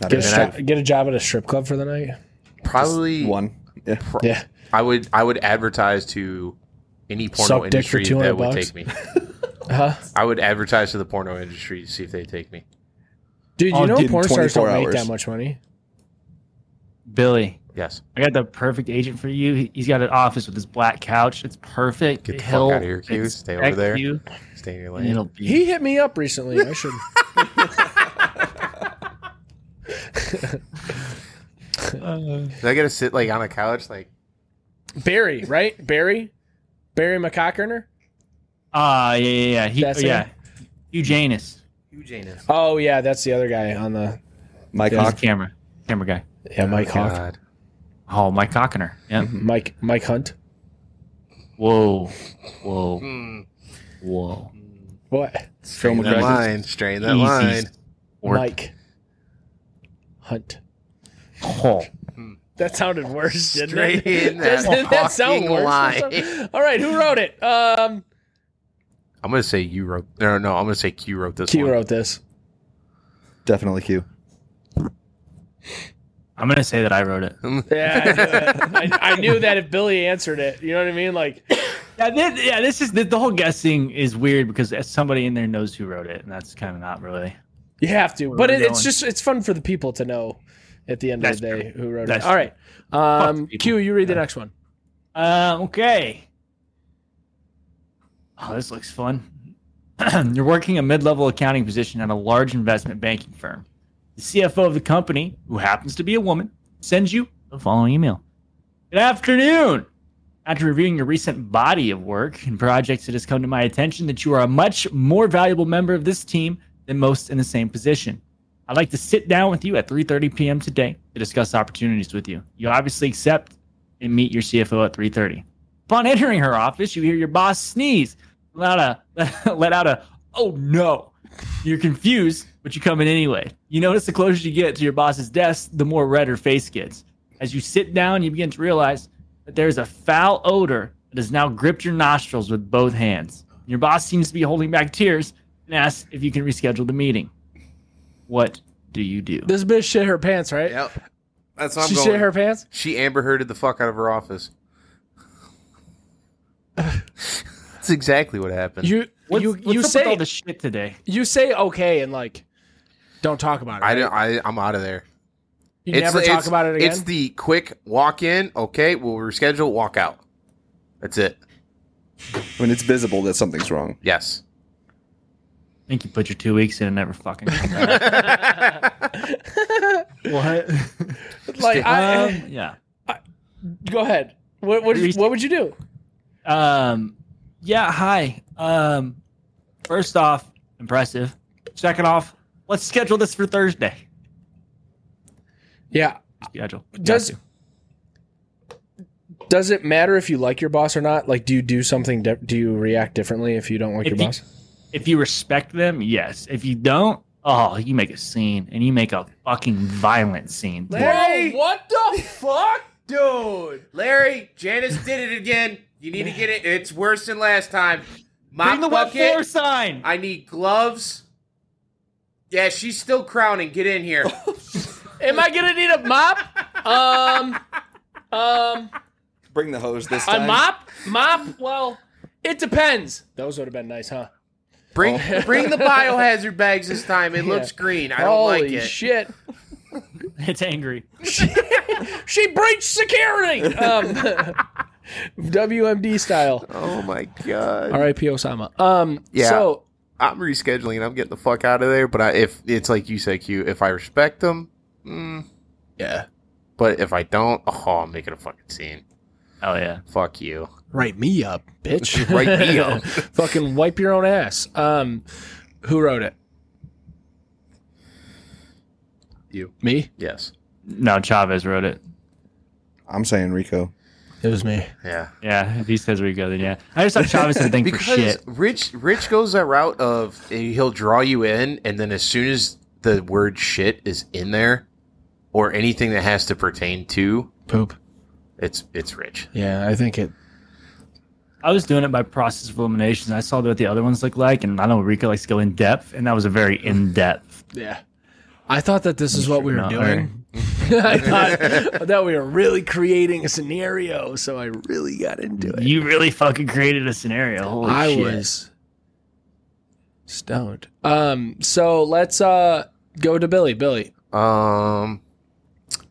Not
Get a,
even
then
stro- get a job at a strip club for the night.
Probably
one. Yeah.
Yeah,
I would, I would advertise to any porno
Suck dick for
industry
200
that would
bucks.
take me.
huh?
I would advertise to the porno industry to see if they take me.
Dude, you
Oh,
know
dude,
porn stars don't
24
make that
hours.
much money.
Billy,
Yes.
I got the perfect agent for you. He- He's got an office with his black couch. It's perfect.
Get the fuck
He'll
outta here, Q. Stay over
inspect
there.
You,
Stay in your
and
lane.
it'll be
He hit me up recently. I should.
Did I gotta sit like on a couch? Like
Barry, right? Barry, Barry McCockerner.
Ah, yeah, yeah, yeah. He,
That's
yeah. Hugh Janus.
Hugh Janus.
Oh yeah, that's the other guy on the
My
He's the
cock.
camera. Camera guy.
yeah Mike Hawk,
Oh, God.
Oh, Mike Cockner. Yeah.
Mike Mike Hunt.
Whoa. Whoa.
Mm,
Whoa.
What?
strain that
McGregor.
line. Strain that
Easy
line.
sport.
Mike Hunt.
Oh.
That sounded worse, didn't
Straight
it?
in that
Doesn't that sound
fucking
worse? or
line.
something? All right, who wrote it? Um,
I'm gonna say you wrote. No, no. I'm gonna say Q wrote this.
Q
one.
wrote this.
Definitely Q.
I'm gonna say that I wrote it.
Yeah, I knew, it. I, I knew that if Billy answered it, you know what I mean. Like,
Yeah, this, yeah, this is the, the whole guessing is weird because somebody in there knows who wrote it, and that's kind of not really.
You have to,
Where
but
we're
it, it's
going.
just it's fun for the people to know at the end
That's
of the day who wrote
That's
it. All right, um,
Fuck
Q,
the people.
you read the
Yeah.
next one.
Uh, okay. Oh, this looks fun. You're working a mid level accounting position at a large investment banking firm. The CFO of the company, who happens to be a woman, sends you the following email Good afternoon. After reviewing your recent body of work and projects, it has come to my attention that you are a much more valuable member of this team than most in the same position. I'd like to sit down with you at 3:30 p.m. today to discuss opportunities with you. You obviously accept and meet your CFO at 3:30. Upon entering her office, you hear your boss sneeze, let out a let out a "Oh no!" You're confused, but you come in anyway. You notice the closer you get to your boss's desk, the more red her face gets. As you sit down, you begin to realize that there is a foul odor that has now gripped your nostrils with both hands. Your boss seems to be holding back tears and asks if you can reschedule the meeting. What do you do?
This bitch shit her pants, right?
Yep. That's what I'm
she
going.
shit her pants.
She Amber Hearded the fuck out of her office. That's exactly what happened.
You
What's,
you
what's
you
up with
say
all the shit today?
you say okay and like don't talk about it.
I
right?
don't. I, I'm out of there.
You never
the-
talk about it
It's
again.
the quick walk in. Okay, we'll reschedule. Walk out. That's it.
When it's visible that something's wrong.
Yes.
I think you put your two weeks in and never fucking come back. what?
like, I,
Um, yeah.
go ahead. What what,
Reese-
what would you do?
Um, yeah. Hi. Um, first off, impressive. Second off, let's schedule this for Thursday.
Yeah.
Schedule. Got
Does
to.
does it matter if you like your boss or not? Like, do you do something? Di- do you react differently if you don't like
If
your
you-
boss?
if you respect them, yes. If you don't, oh, you make a scene and you make a fucking violent scene.
Larry,
what the fuck?
dude, Larry, Janice did it again. You need to get it. It's worse than last time.
Bring the web floor sign.
I need gloves. Yeah, she's still crowning. Get in here.
Am I gonna need a mop? Um, um,
Bring the hose this
a mop, mop. Well, it depends. Those would have been nice, huh?
Bring bring the biohazard bags this time. It looks green. I don't
Holy
like it.
shit!
It's angry.
She breached security. Um, WMD style.
oh my god.
R.I.P. Osama. Um,
Yeah.
So
I'm rescheduling. I'm getting the fuck out of there. But I, if it's like you said, Q, if I respect them, mm, yeah. But if I don't, oh, I'm making a fucking scene.
Oh yeah.
Fuck you.
write me up, bitch.
Write me up.
Fucking wipe your own ass. Um, who wrote it?
You.
Me.
Yes.
No, Chavez wrote it.
I'm saying Rico.
It was me.
Yeah.
Yeah, if he says we go, then yeah. I just thought Chavez had a thing for
because
shit.
Rich Rich goes that route of he'll draw you in, and then as soon as the word shit is in there, or anything that has to pertain to,
Poop.
it's it's Rich.
Yeah, I think it.
I was doing it by process of elimination. I saw what the other ones look like, and I know Rico likes to go in depth, and that was a very in depth.
Yeah. I thought that this is what we were
not
doing. I thought that we were really creating a scenario, so I really got into it.
You really fucking created a scenario. Holy
I
shit.
was stoned. Um, so let's uh go to Billy. Billy,
Um,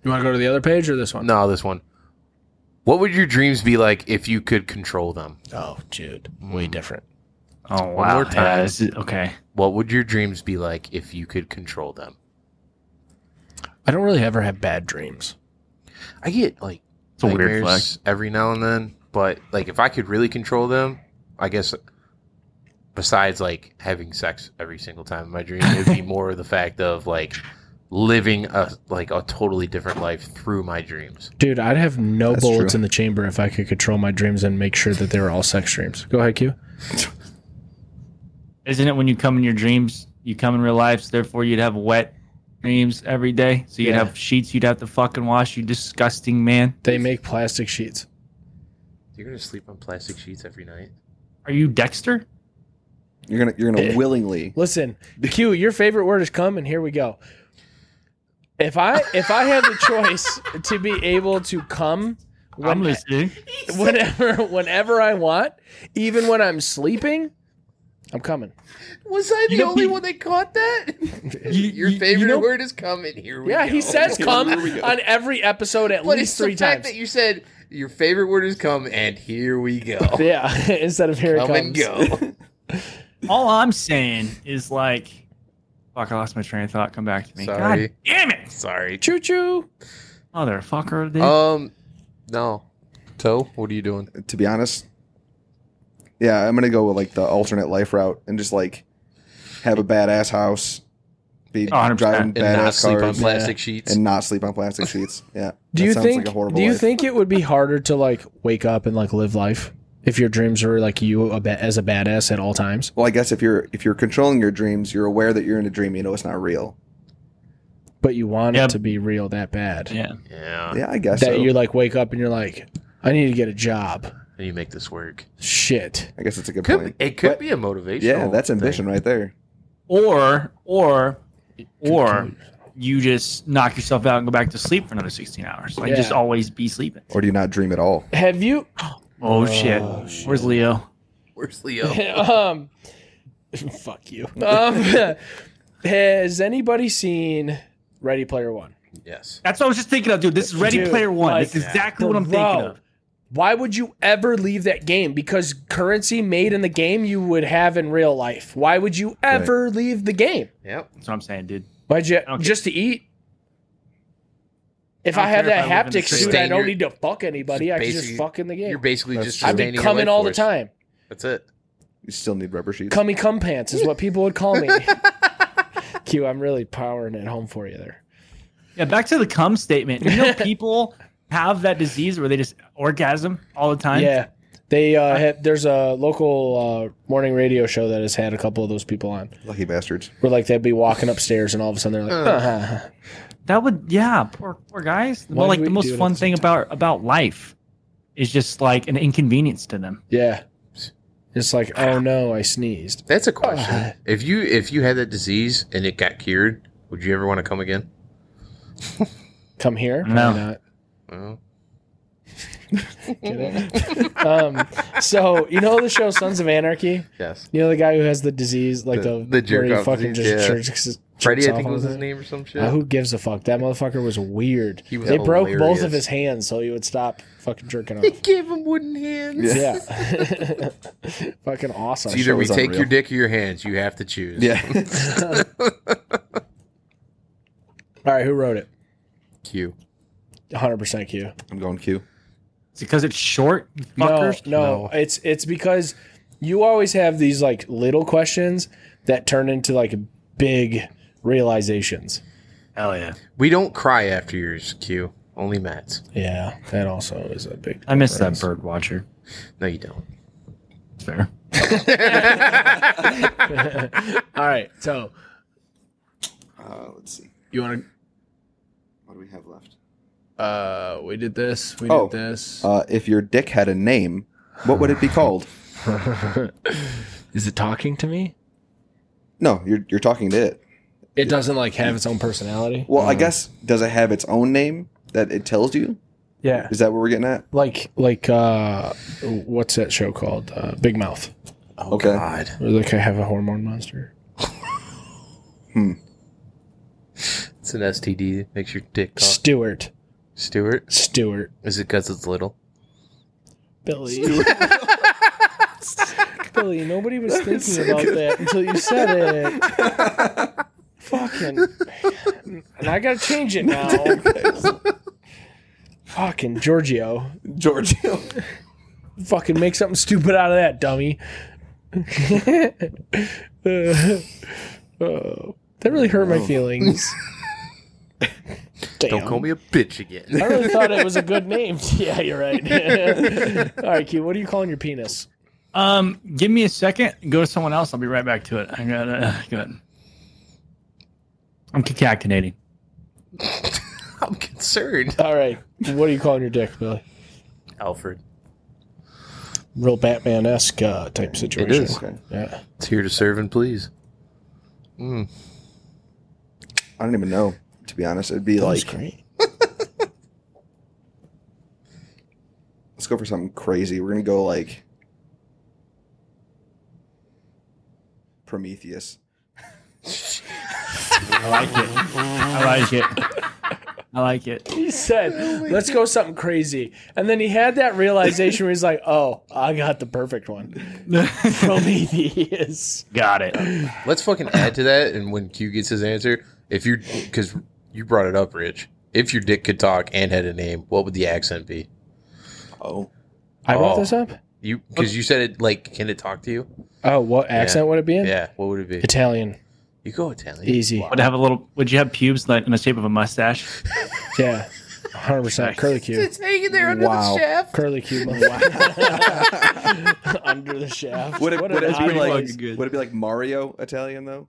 you want to go to the other page or this one?
no, this one. What would your dreams be like if you could control them?
Oh, dude,
Mm.
way different.
Oh wow.
more
Yeah,
time.
this is- okay.
What would your dreams be like if you could control them?
I don't really ever have bad dreams.
I get like
It's a weird flex.
nightmares every now and then, but like if I could really control them, I guess besides like having sex every single time in my dream, it would be more the fact of like living a like a totally different life through my dreams.
Dude, I'd have no
That's
bullets
true.
in the chamber if I could control my dreams and make sure that they were all sex dreams. Go ahead, Q.
Isn't it when you come in your dreams, you come in real life, so therefore you'd have wet dreams every day. So you'd
Yeah.
have sheets you'd have to fucking wash, you disgusting man.
They make plastic sheets.
You're gonna sleep on plastic sheets every night.
Are you Dexter?
You're gonna you're gonna
Eh.
willingly.
Listen, Q, your favorite word is come, and here we go. If I if I had the choice to be able to come
I'm
when,
listening.
whenever whenever I want, even when I'm sleeping, I'm coming.
Was I
You know, he-
that caught that?
You- you- you know-
word is coming. Here
Yeah, he says come
Here we go.
on every episode at
But
least
it's
three
the fact
times.
that you said your favorite word is come, and here we go.
yeah, instead of here
Come
it
and
comes.
go.
All I'm saying is like, fuck, I lost my train of thought. Come back to me.
Sorry.
God damn it,
Sorry.
Choo choo.
motherfucker! dude.
Um, no. Toe, what are you doing?
To be honest, yeah, I'm gonna go with like the alternate life route and just like have a badass house, be
Oh, 100%.
driving
And
And not
badass
sleep on
cars,
plastic sheets.
and not sleep on plastic sheets. Yeah.
Do
That
you
sounds like
think
a horrible
do you
life.
think it would be harder to like wake up and like live life if your dreams were like you a ba- as a badass at all times?
Well, I guess if you're if you're controlling your dreams, you're aware that you're in a dream. You know it's not real.
But you want
Yeah.
it to be real that bad.
yeah,
yeah.
Yeah, I guess
That
so.
you like wake up and you're like, I need to get a job.
How do you make this work?
Shit.
I guess it's a good
Could,
point.
it could
But-
be a motivation.
Yeah, that's ambition right there.
or or or you just knock yourself out and go back to sleep for another 16 hours. Like
Yeah.
just always be sleeping.
Or do you not dream at all?
Have you
Oh, shit. Where's Leo?
Where's Leo?
um fuck you. Um has anybody seen Ready Player 1?
yes.
That's what I was just thinking of, dude. This is Ready
Dude,
Player One.
like,
This is exactly what I'm
Bro,
thinking of.
Why would you ever leave that game? Because currency made in the game you would have in real life. Why would you ever leave the game?
Yep.
That's what I'm saying, dude.
Why'd you
don't
just to eat? If
I
I,
don't
have
care
that
if I live in the
haptic
city.
suit, I
Sustain
don't
your-
need to fuck anybody. I can just
basically-
fuck in the
You're
game.
basically
That's
just
true.
I've
sustaining
been
your
coming
life
all the
force.
time.
That's it.
You still need rubber sheets.
Cummy cum pants is what people would call me. Q, I'm really powering it home for you there.
Yeah, back to the cum statement. You know, people have that disease where they just orgasm all the time.
Yeah. They uh, had, there's a local uh, morning radio show that has had a couple of those people on
Lucky bastards.
where like they'd be walking upstairs and all of a sudden they're like, uh-huh.
That would, yeah, poor, poor guys.
Why
Well, like
do
the
we do
most
it
fun
at the
thing
same
about about life is just like an inconvenience to them.
yeah. It's like, oh no, I sneezed.
That's a question. if you if you had that disease and it got cured, would you ever want to come again?
Come here.
No.
Probably not.
Well,
Get it? um, so you know the show Sons of Anarchy.
yes.
You know the guy who has the disease, like
The-
the,
the jerk
where he
off
fucking
disease,
just
yeah.
jerks, jerks
Freddie, I
off
think
all
was
the
his
time?
name or some shit.
Uh, who gives a fuck? That motherfucker was weird.
He was
they broke both
hilarious.
of his hands so he would stop fucking jerking off.
Give him wooden hands.
yeah, fucking awesome.
It's either we
was
take
unreal.
your dick or your hands. You have to choose.
Yeah.
All right, who wrote it?
Q.
100 percent Q.
I'm going Q.
It's because it's short, you
No,
fuckers.
no, it's it's because you always have these like little questions that turn into like big realizations.
Hell yeah.
We don't cry after yours, Q. Only Matt's.
Yeah, that also is a big.
I miss that
difference.
bird watcher.
No, you don't.
It's fair.
All right, so
Uh, let's see.
you want
What do we have left?
to? Uh, we did this. We
Oh.
did this.
Uh, if your dick had a name, what would it be called?
is it talking to me?
No, you're you're talking to it.
It doesn't like have its own personality.
Well, I guess does it have its own name that it tells you?
Yeah,
Is that what we're getting at?
like like uh, what's that show called? Uh, Big Mouth.
Oh,
Okay.
God.
Or, Like I have a hormone monster.
It's an STD. that Makes your dick cock.
Stewart.
Stuart?
Stewart.
Is it because it's little?
Billy. Billy. Nobody was thinking about that until you said it. Fucking. And I gotta change it now. Fucking Giorgio.
Giorgio.
Fucking make something stupid out of that, dummy. Uh, Oh, that really hurt my feelings.
Don't
Damn.
call me a bitch again.
I really thought it was a good name. Yeah, you're right. All right, Q, what are you calling your penis?
Um, give me a second. Go to someone else. I'll be right back to it. I gotta uh, go ahead. I'm concatenating.
I'm concerned.
All right, what are you calling your dick, Billy?
Alfred,
Real Batman esque uh, type situation.
is.
Okay.
Yeah.
it's here to serve and please.
I don't even know, to be honest. It'd be
That was
like,
great.
let's go for something crazy. We're going to go like Prometheus.
I like it. I like it. I like it.
He said, let's go something crazy. And then he had that realization where he's like, oh, I got the perfect one. Prometheus.
Got it.
Let's fucking add to that, and when Q gets his answer, if you because you brought it up, Rich, if your dick could talk and had a name, what would the accent be?
Oh.
I brought
Oh.
this up?
You because you said it like, can it talk to you?
Oh, what accent would it be in?
Yeah. What would it be?
Italian.
You go Italian.
Easy.
Would have a little. Would you have pubes like in the shape of a mustache?
Yeah. 100% curly Q.
hanging there under
Wow.
shaft.
Curly Q. motherfucker. Under the shaft.
Would it,
What
would,
an
it be
odd
like,
place.
would it be like Mario Italian, though?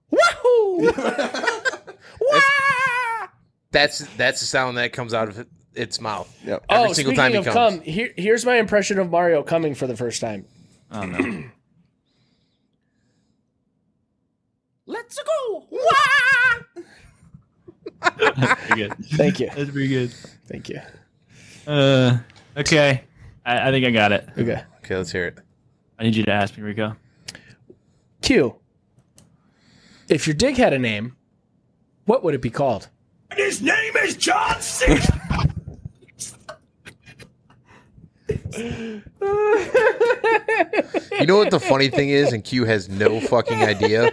That's that's the sound that comes out of it- its mouth.
Yep.
Every
oh,
single
speaking
time he
of
comes.
come, here, here's my impression of Mario coming for the first time.
Oh no.
Let's go.
Pretty good.
Thank you.
That's pretty good.
Thank you.
Uh, okay. I, I think I got it.
Okay.
Okay, let's hear it.
I need you to ask me, Rico.
Q. If your dig had a name, what would it be called?
You know what the funny thing is, and Q has no fucking idea.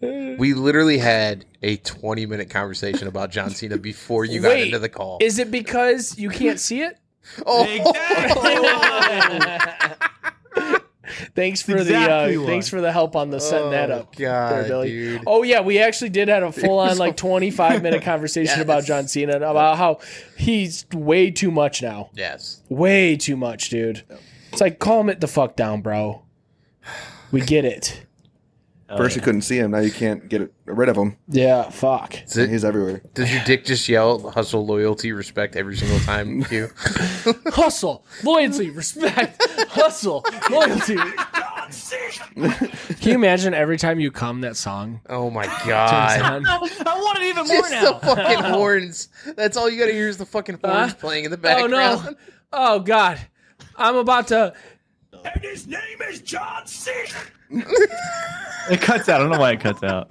We literally had a 20 minute conversation about John Cena before you got
Wait,
into the call.
Is it because you can't see it?
oh,
Thanks for
exactly
the uh,
why.
thanks for the help on the setting that
Oh,
up.
God,
there, Billy.
dude.
Oh yeah, we actually did have a full on like 25 minute conversation about John Cena and about how he's way too much now.
yes.
Way too much, dude. It's like calm it the fuck down, bro. We get it.
First, you couldn't see him. Now you can't get rid of him.
Yeah, fuck.
Is it-
He's everywhere.
does your dick just yell hustle, loyalty, respect every single time, Q?
Hustle, loyalty, respect. Hustle, loyalty. Can you imagine every time you come that song?
Oh my god.
Son?
I want it even more
Just the
now.
fucking horns. That's all you gotta hear is the fucking horns
Huh?
playing in the
Oh
background.
no. Oh god. I'm about to
It cuts out. I don't know why it cuts out.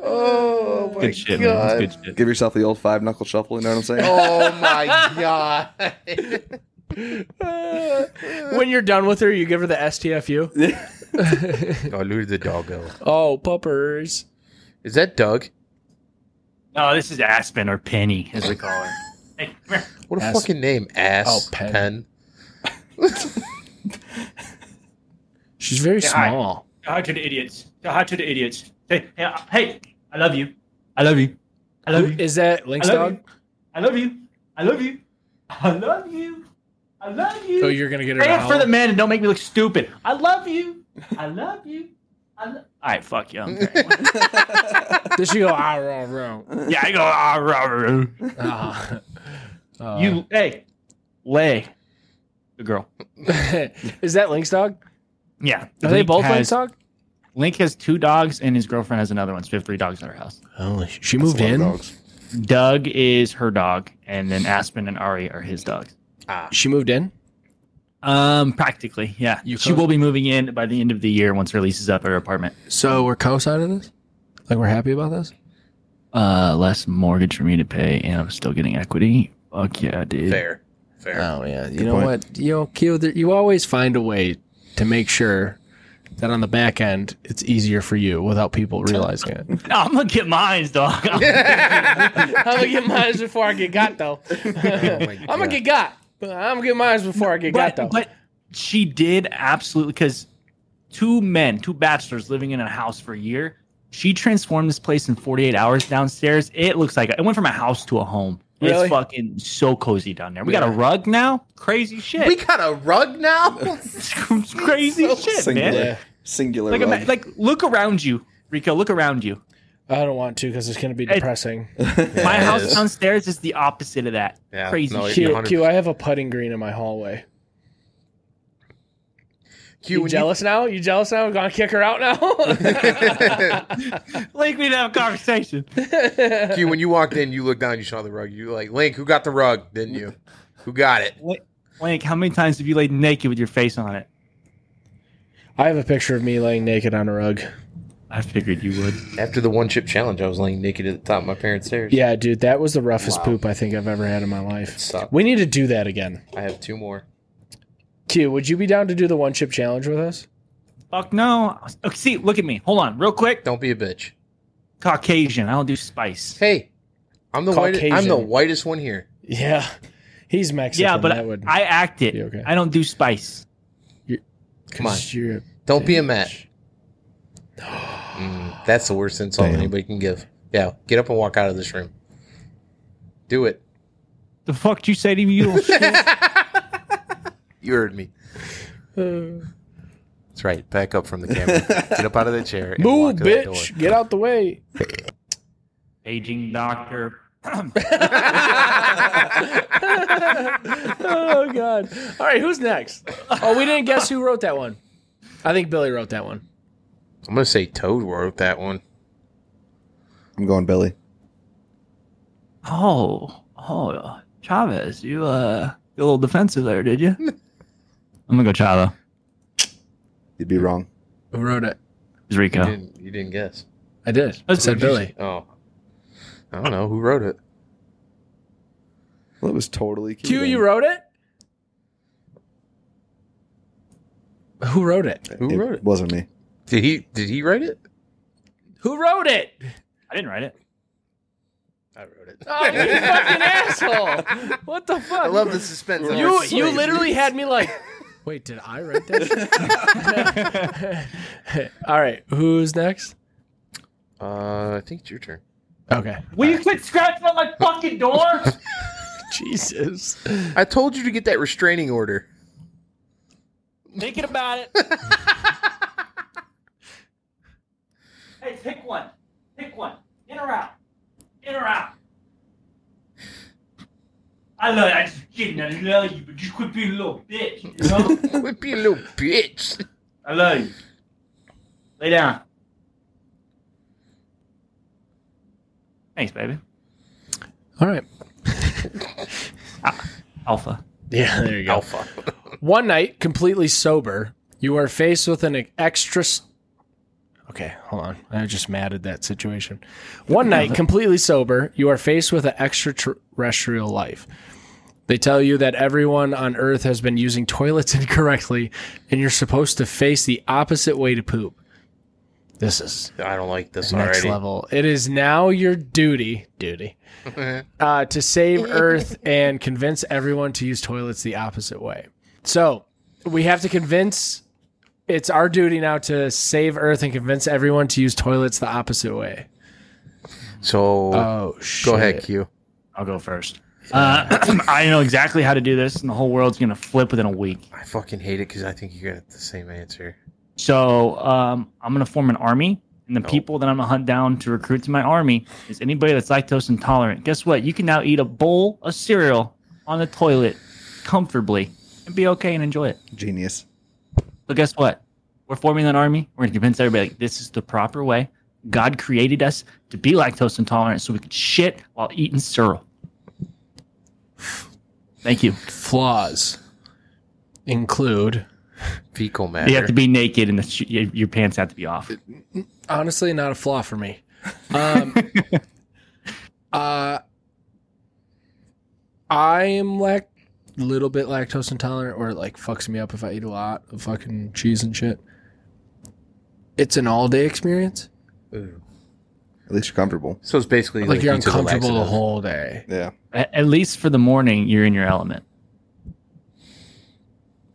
Oh my
Good shit, man.
god.
That's good shit.
Give yourself the old five knuckle shuffle. You know what I'm saying?
Oh my god.
when you're done with her, you give her the STFU.
Oh, Lou the doggo.
Oh, puppers.
Is that Doug?
No, Oh, this is Aspen or Penny, as we call her. Hey, come here.
What a
Ass-
fucking name. Ass.
Oh, pen.
pen.
She's very
hi.
small.
Say hi to the idiots. Say hi to the idiots. Say, hey, uh, hey, I love you. I love you. I love you.
Is that
I
Link's
love you.
dog?
I love you. I love you. I love you. I love you.
Oh, you're gonna get her.
Say
to
it for
howl?
the men and don't make me look stupid. I love you. I love you. I lo- All right, fuck you. I'm great.
Does she go? Ah, rah, rah.
yeah, I go. "Ah, rah, rah, rah."
Ah. Uh,
You, hey, lay the girl.
is that Link's dog?
Yeah.
Are they both
has,
Link's dog?
Link has two dogs, and his girlfriend has another one. So we have three dogs at our house.
Oh, she moved in.
Doug is her dog, and then Aspen and Ari are his dogs.
She moved in.
Um, practically, yeah.
You
she
co-
will be moving in by the end of the year once her lease is up at her apartment.
So we're co-signing this. Like we're happy about this.
Uh, less mortgage for me to pay, and I'm still getting equity. Fuck yeah, dude.
Fair. Fair.
Oh yeah. You know
point.
what? You know, Q. There, you always find a way to make sure that on the back end it's easier for you without people realizing it.
No, I'm gonna get mines, dog.
I'm
Oh,
gonna get mines before I get got though.
Oh
I'm gonna get got. I'm gonna get mines before I get got
but,
though.
but she did absolutely because two men, two bachelors living in a house for a year. She transformed this place in 48 hours downstairs. It looks like it went from a house to a home.
Really?
It's fucking so cozy down there. We got a
Yeah.
rug now. Crazy shit.
We got a rug now.
It's crazy shit, man.
Singular.
Yeah.
Singular.
Like, ima-
rug.
like, look around you, Rico. Look around you.
I don't want to because it's going to be
Hey.
depressing.
My
it
house
is.
downstairs is the opposite of that.
Yeah,
Crazy
no,
shit.
Q,
100%.
Q, I have a putting green in my hallway.
Q,
You
when
jealous now? You jealous now? Gonna kick her out now?
Like we didn't have a conversation.
Q, when you walked in, you looked down, you saw the rug. You were like, Link, who got the rug? Didn't you? Who got it?
Link, how many times have you laid naked with your face on it?
I have a picture of me laying naked on a rug.
I figured you would.
After the one chip challenge, I was laying naked at the top of my parents' stairs.
Yeah, dude, that was the roughest poop I think I've ever had in my life.
Suck.
We need to do that again.
I have two more.
Q, would you be down to do the one chip challenge with us?
Fuck no. Oh, see, look at me. Hold on, real quick.
Don't be a bitch.
Caucasian. I don't do spice.
Hey, I'm the whitest, I'm the
Caucasian.
whitest one here.
Yeah, he's Mexican.
yeah, but
that would
I act it.
be okay.
I don't do spice.
Come on,
'cause you're-
don't be a match. Mm, that's the worst insult anybody can give. Yeah, get up and walk out of this room. Do it.
The fuck did you say to me? You don't
You heard me. That's right. Back up from the camera. Get up out of the chair. and
Move,
walk to
bitch!
that door.
Get out the way.
Aging doctor.
oh God! All right, who's next? Oh, we didn't guess who wrote that one. I think Billy wrote that one.
I'm gonna say Toad wrote that one.
I'm going Billy.
Oh, oh, Chavez, you uh, a little defensive there, did you? I'm gonna go Chavo.
You'd be wrong.
Who wrote it?
It's
You
Rico.
didn't. You didn't guess.
I did. I
That's
said
what you
Billy.
Oh, I don't know who wrote it.
Well, it was totally Q.
Q,
then.
you wrote it. Who wrote it?
Who
it
wrote it?
Wasn't me.
Did he? Did he write it?
Who wrote it?
I didn't write it.
I wrote it.
oh, you fucking asshole! What the fuck?
I love the suspense. on
you.
our
You
sleeve.
literally had me like.
Wait, did I write that? All right, who's next?
Uh, I think it's your turn.
Okay,
Will you quit scratching on my fucking door?
Jesus.
I told you to get that restraining order.
Thinking about it. hey, pick one. Pick one. In or out. In or out. I love I just kidding. I love you, but just quit being a little bitch. You know?
Quit being a little bitch.
I love you. Lay down. Thanks, baby.
All right.
Alpha.
Yeah, there you go.
Alpha.
One night, completely sober, you are faced with an extra. s- Okay, hold on. I was just mad at that situation. One night, completely sober, you are faced with an extraterrestrial life. They tell you that everyone on Earth has been using toilets incorrectly, and you're supposed to face the opposite way to poop. This is
I don't like this
next
already.
level. It is now your duty, duty, uh, to save Earth and convince everyone to use toilets the opposite way. So we have to convince. It's our duty now to save Earth and convince everyone to use toilets the opposite way.
So
Oh shit!
go ahead, Q.
I'll go first. Uh, I know exactly how to do this, and the whole world's gonna flip within a week.
I fucking hate it because I think you got the same answer.
So um, I'm going to form an army, and the people that I'm going to hunt down to recruit to my army is anybody that's lactose intolerant. Guess what? You can now eat a bowl of cereal on the toilet comfortably and be okay and enjoy it.
Genius.
So guess what? We're forming an army. We're going to convince everybody like, this is the proper way. God created us to be lactose intolerant, so we could shit while eating cereal. Thank you.
Flaws include
Fecal matter.
You have to be naked, and the sh- your your pants have to be off.
honestly not a flaw for me. Um, uh, I am like little bit lactose intolerant, or it like fucks me up if I eat a lot of fucking cheese and shit. it's an all day experience.
At least you're comfortable.
So it's basically
Like, you're
you took a
uncomfortable the
laxative.
whole day.
Yeah.
A- At least for the morning, you're in your element.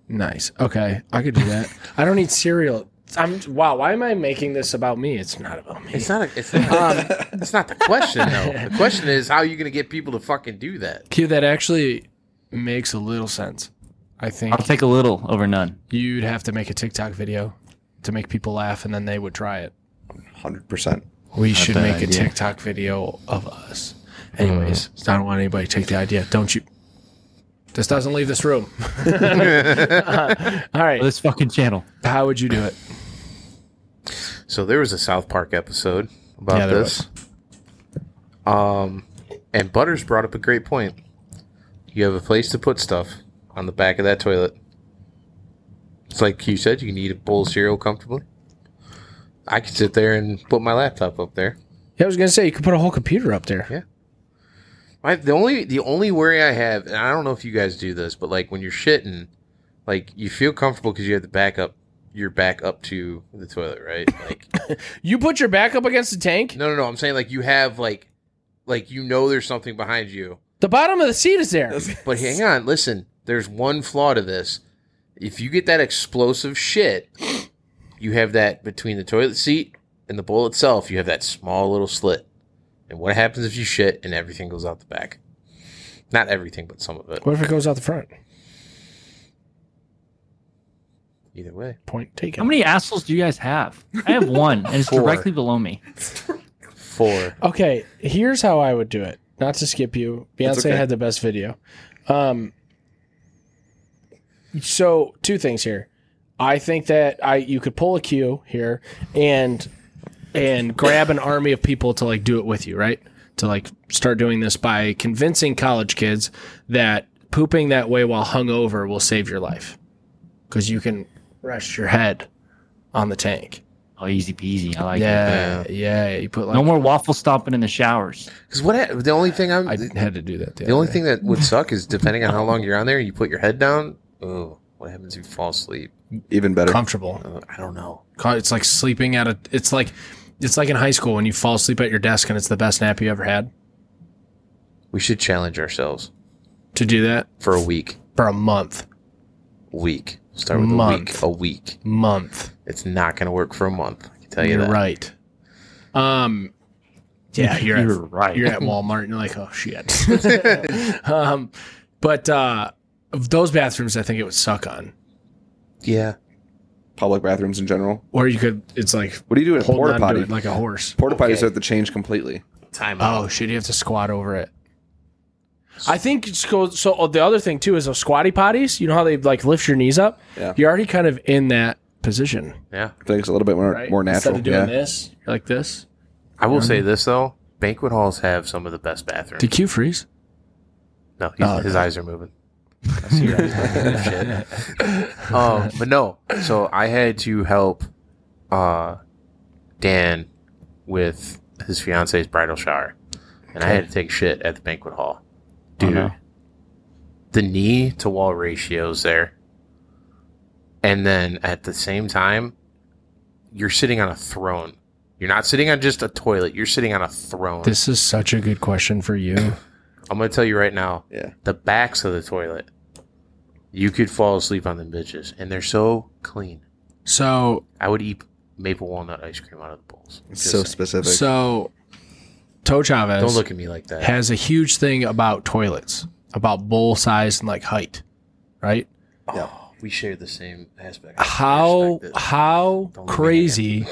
Nice. Okay, I could do that. I don't need cereal. I'm wow. Why am I making this about me? It's not about me.
It's not. A, it's not. um, it's not the question though. The question is how are you going to get people to fucking do that?
Q, that actually makes a little sense. I think
I'll take a little over none.
you'd have to make a TikTok video to make people laugh, and then they would try it.
100%.
We should
bad
make a
idea.
TikTok video of us. Anyways, I don't want anybody to take the idea. Don't you? This doesn't leave this room. all right.
This fucking channel.
How would you do it?
So there was a South Park episode about
Yeah, there
this. Um, and Butters brought up a great point. You have a place to put stuff on the back of that toilet. It's like you said, you can eat a bowl of cereal comfortably. I could sit there and put my laptop up there.
Yeah, I was gonna say you could put a whole computer up there.
My, the only the only worry I have, and I don't know if you guys do this, but like when you're shitting, like you feel comfortable because you have the back up, your back up to the toilet, right? Like
You put your back up against the tank.
No, no, no. I'm saying like you have like, like you know there's something behind you.
The bottom of the seat is there.
But hang on, listen. There's one flaw to this. If you get that explosive shit, you have that between the toilet seat and the bowl itself. You have that small little slit. And what happens if you shit and everything goes out the back? Not everything, but some of it.
What if it goes out the front?
Either way,
Point taken.
How many assholes do you guys have? I have one, and it's
Four.
directly below me.
four.
Okay, here's how I would do it. Not to skip you, Beyonce
okay.
had the best video. Um, so two things here. I think that I you could pull a queue here and and grab an army of people to like do it with you, right? To like start doing this by convincing college kids that pooping that way while hungover will save your life because you can rest your head on the tank.
Oh, easy peasy. I like it.
Yeah, yeah. You put like
No more waffle stomping in the showers.
Because what? ha- The only thing I'm.
I
the
had to do that. The, other
only
day.
thing that would suck is depending on how long you're on there. You put your head down. Oh, what happens if you fall asleep?
Even better.
comfortable.
Uh, I don't know.
Co- It's like sleeping at a. It's like, it's like in high school when you fall asleep at your desk and it's the best nap you ever had.
We should challenge ourselves
To do that
for a week.
for a month,
Week. Start with
Month.
a week. A week.
month.
It's not going to work for a month. I can tell you
You're
that.
right. Um, yeah, you're
You're
at,
right.
you're at Walmart and you're like, oh shit. um, but uh, of those bathrooms, I think it would suck on.
Yeah.
Public bathrooms in general.
Or you could. It's like
What do you do in a
holding
porta
on to
potty?
it like a horse.
porta potties
Okay.
have to change completely.
Time
Oh
out.
shit! You have to squat over it. I think it's go- so. oh, the other thing too is those squatty potties. You know how they like lift your knees up.
Yeah.
You're already kind of in that position,
Yeah.
I think it's a little bit more,
right?
more
Instead
natural.
of doing
yeah.
this, you're like this.
I will say this, though. Banquet halls have some of the best bathrooms.
Did Q freeze?
no, he's,
Oh,
his eyes are moving. I see your eyes moving. Shit. Um, but no. So I had to help uh, Dan with his fiance's bridal shower. And I had to take shit at the banquet hall. Dude.
no.
the knee to wall ratios there. And then at the same time, you're sitting on a throne. You're not sitting on just a toilet. You're sitting on a throne.
This is such a good question for you.
I'm going to tell you right now
Yeah.
the backs of the toilet, you could fall asleep on them bitches. And they're so clean.
so,
I would eat maple walnut ice cream out of the bowls.
It's
Just
so
saying.
specific.
so, To Chavez
Don't look at me like that.
has a huge thing about toilets, about bowl size and like height, right?
Oh, We share the same aspect.
how
Respect it.
how
Don't look at
crazy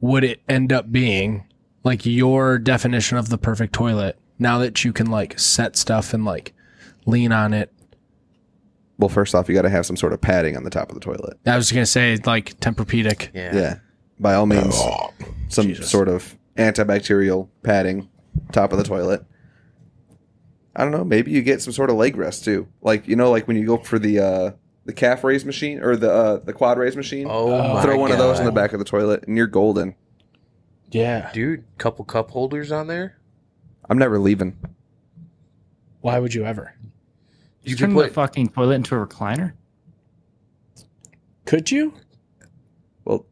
would it end up being like your definition of the perfect toilet now that you can like set stuff and like lean on it
well, first off, you got to have some sort of padding on the top of the toilet.
i was gonna say like temperpedic
Yeah.
Yeah. By all means, some
Oh, Jesus.
sort of antibacterial padding top of the toilet. I don't know. Maybe you get some sort of leg rest too. Like you know, like when you go for the uh, the calf raise machine or the uh, the quad raise machine.
Uh,
Oh, my
throw one of those in the
God.
back of the toilet, and you're golden.
yeah
Dude, couple cup holders on there.
I'm never leaving.
why would you ever
You
You
turn
could
the
put
fucking toilet into a recliner?
could you
Well,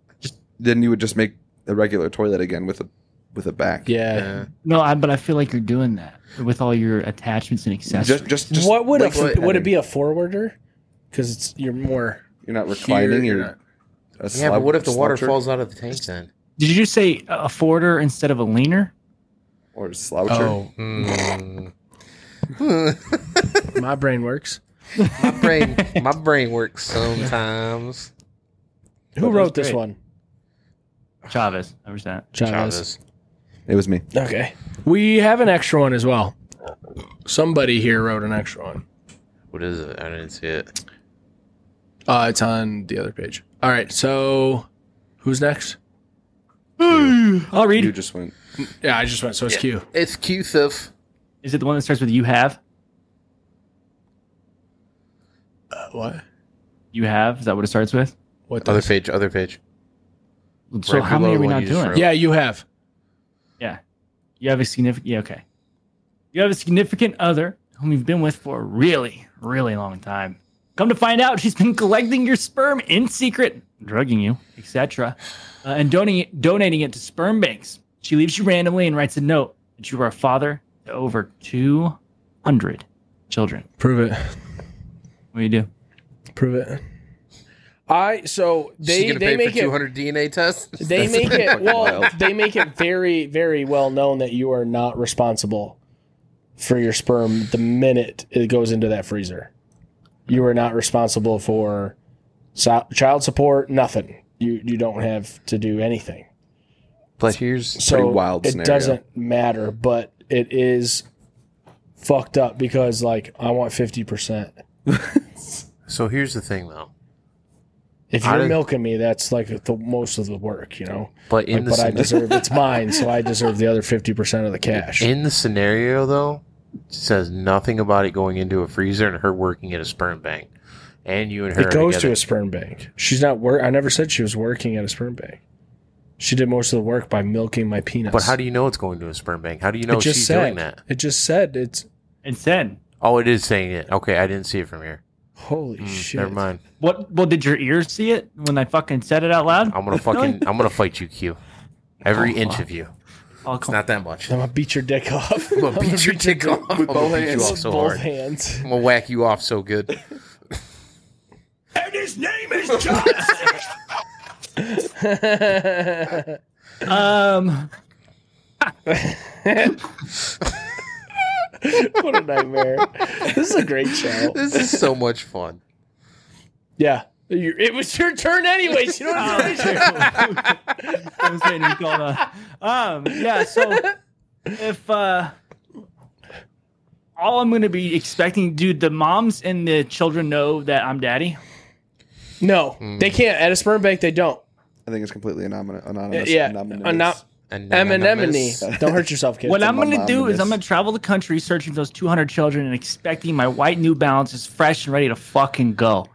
then you would just make a regular toilet again with a with a back.
Yeah.
Yeah.
No, I, but I feel like you're doing that with all your attachments and accessories.
Just, just, just
what would a,
like
f- would it
petting.
be a forwarder? Because it's you're more.
You're not reclining.
you're
You're,
not-
a
yeah, but
slub-
what if the water
sloucher
falls out of the tank then?
Did you just say a forwarder instead of a leaner?
or a sloucher?
Oh,
Hmm.
my brain works.
my brain, my brain works sometimes.
Who wrote this
great.
one?
Chavez, I percent.
Chavez.
Chavez.
It was me.
Okay. We have an extra one as well. Somebody here wrote an extra one.
What is it? I didn't see it.
Uh, it's on the other page. All right. So, who's next?
I'll read.
You
it.
just went.
Yeah, I just went. So it's Q.
It's Q Thief.
Is it the one that starts with "you have"?
Uh, what?
You have? Is that what it starts with?
What? The
Other page, other page.
So
Right
how many
below
are we
what
not
you just
doing?
wrote.
yeah, you have.
Yeah. You have a significant. Yeah, okay. You have a significant other whom you've been with for a really, really long time. Come to find out, she's been collecting your sperm in secret, drugging you, etc., uh, and donating it, donating it to sperm banks. She leaves you randomly and writes a note that you are a father to over 200 children.
Prove it.
What do you do?
Prove it. I so
Is she
they
gonna
they
pay
make
for
it
200 DNA tests?
they make it well they make it very very well known that you are not responsible for your sperm the minute it goes into that freezer you are not responsible for so- child support nothing you you don't have to do anything
But here's
so
Pretty wild
it
scenario.
doesn't matter but it is fucked up because like i want 50%
so here's the thing though.
if
I
you're
didn't-
milking me that's like the most of the work you know
But
like,
in the
but i
scena-
deserve it's mine so i deserve the other 50% of the cash
in the scenario though, it says nothing about it going into a freezer and her working at a sperm bank, and you and her
It
are
goes to
together.
a sperm bank. She's not work. I never said she was working at a sperm bank. She did most of the work by milking my penis.
But how do you know it's going to a sperm bank? How do you know
it just
she's
said,
doing that?
It just said it's
And said,
Oh, it is saying it. Okay, I didn't see it from here.
holy shit.
Hmm, Never mind.
"What? Well, did your ears see it when I fucking said it out loud?"
I'm gonna fucking I'm gonna fight you, Q. Every inch of you.
I'll call-
Oh, Not that much.
I'm
I'm
gonna beat your dick off
gonna beat your dick off. I'm gonna beat you off
with
so
both
hard.
hands.
I'm gonna whack you off so good.
um,
what a nightmare. this is a great show.
This is so much fun.
Yeah. You- It was your turn anyways. You don't know
I was waiting to call that. Um, yeah, so if uh, all I'm going to be expecting, dude, the moms and the children know that I'm daddy.
No, they can't. At a sperm bank, they don't.
I think it's completely anonymous. anonymous
yeah. Uh,
anonymous.
Anon-
And
Anemone. Don't hurt yourself, kid.
what I'm going to
mom
do
and
is I'm
this.
going to travel the country searching for those 200 children and expecting my white New Balance is fresh and ready to fucking go.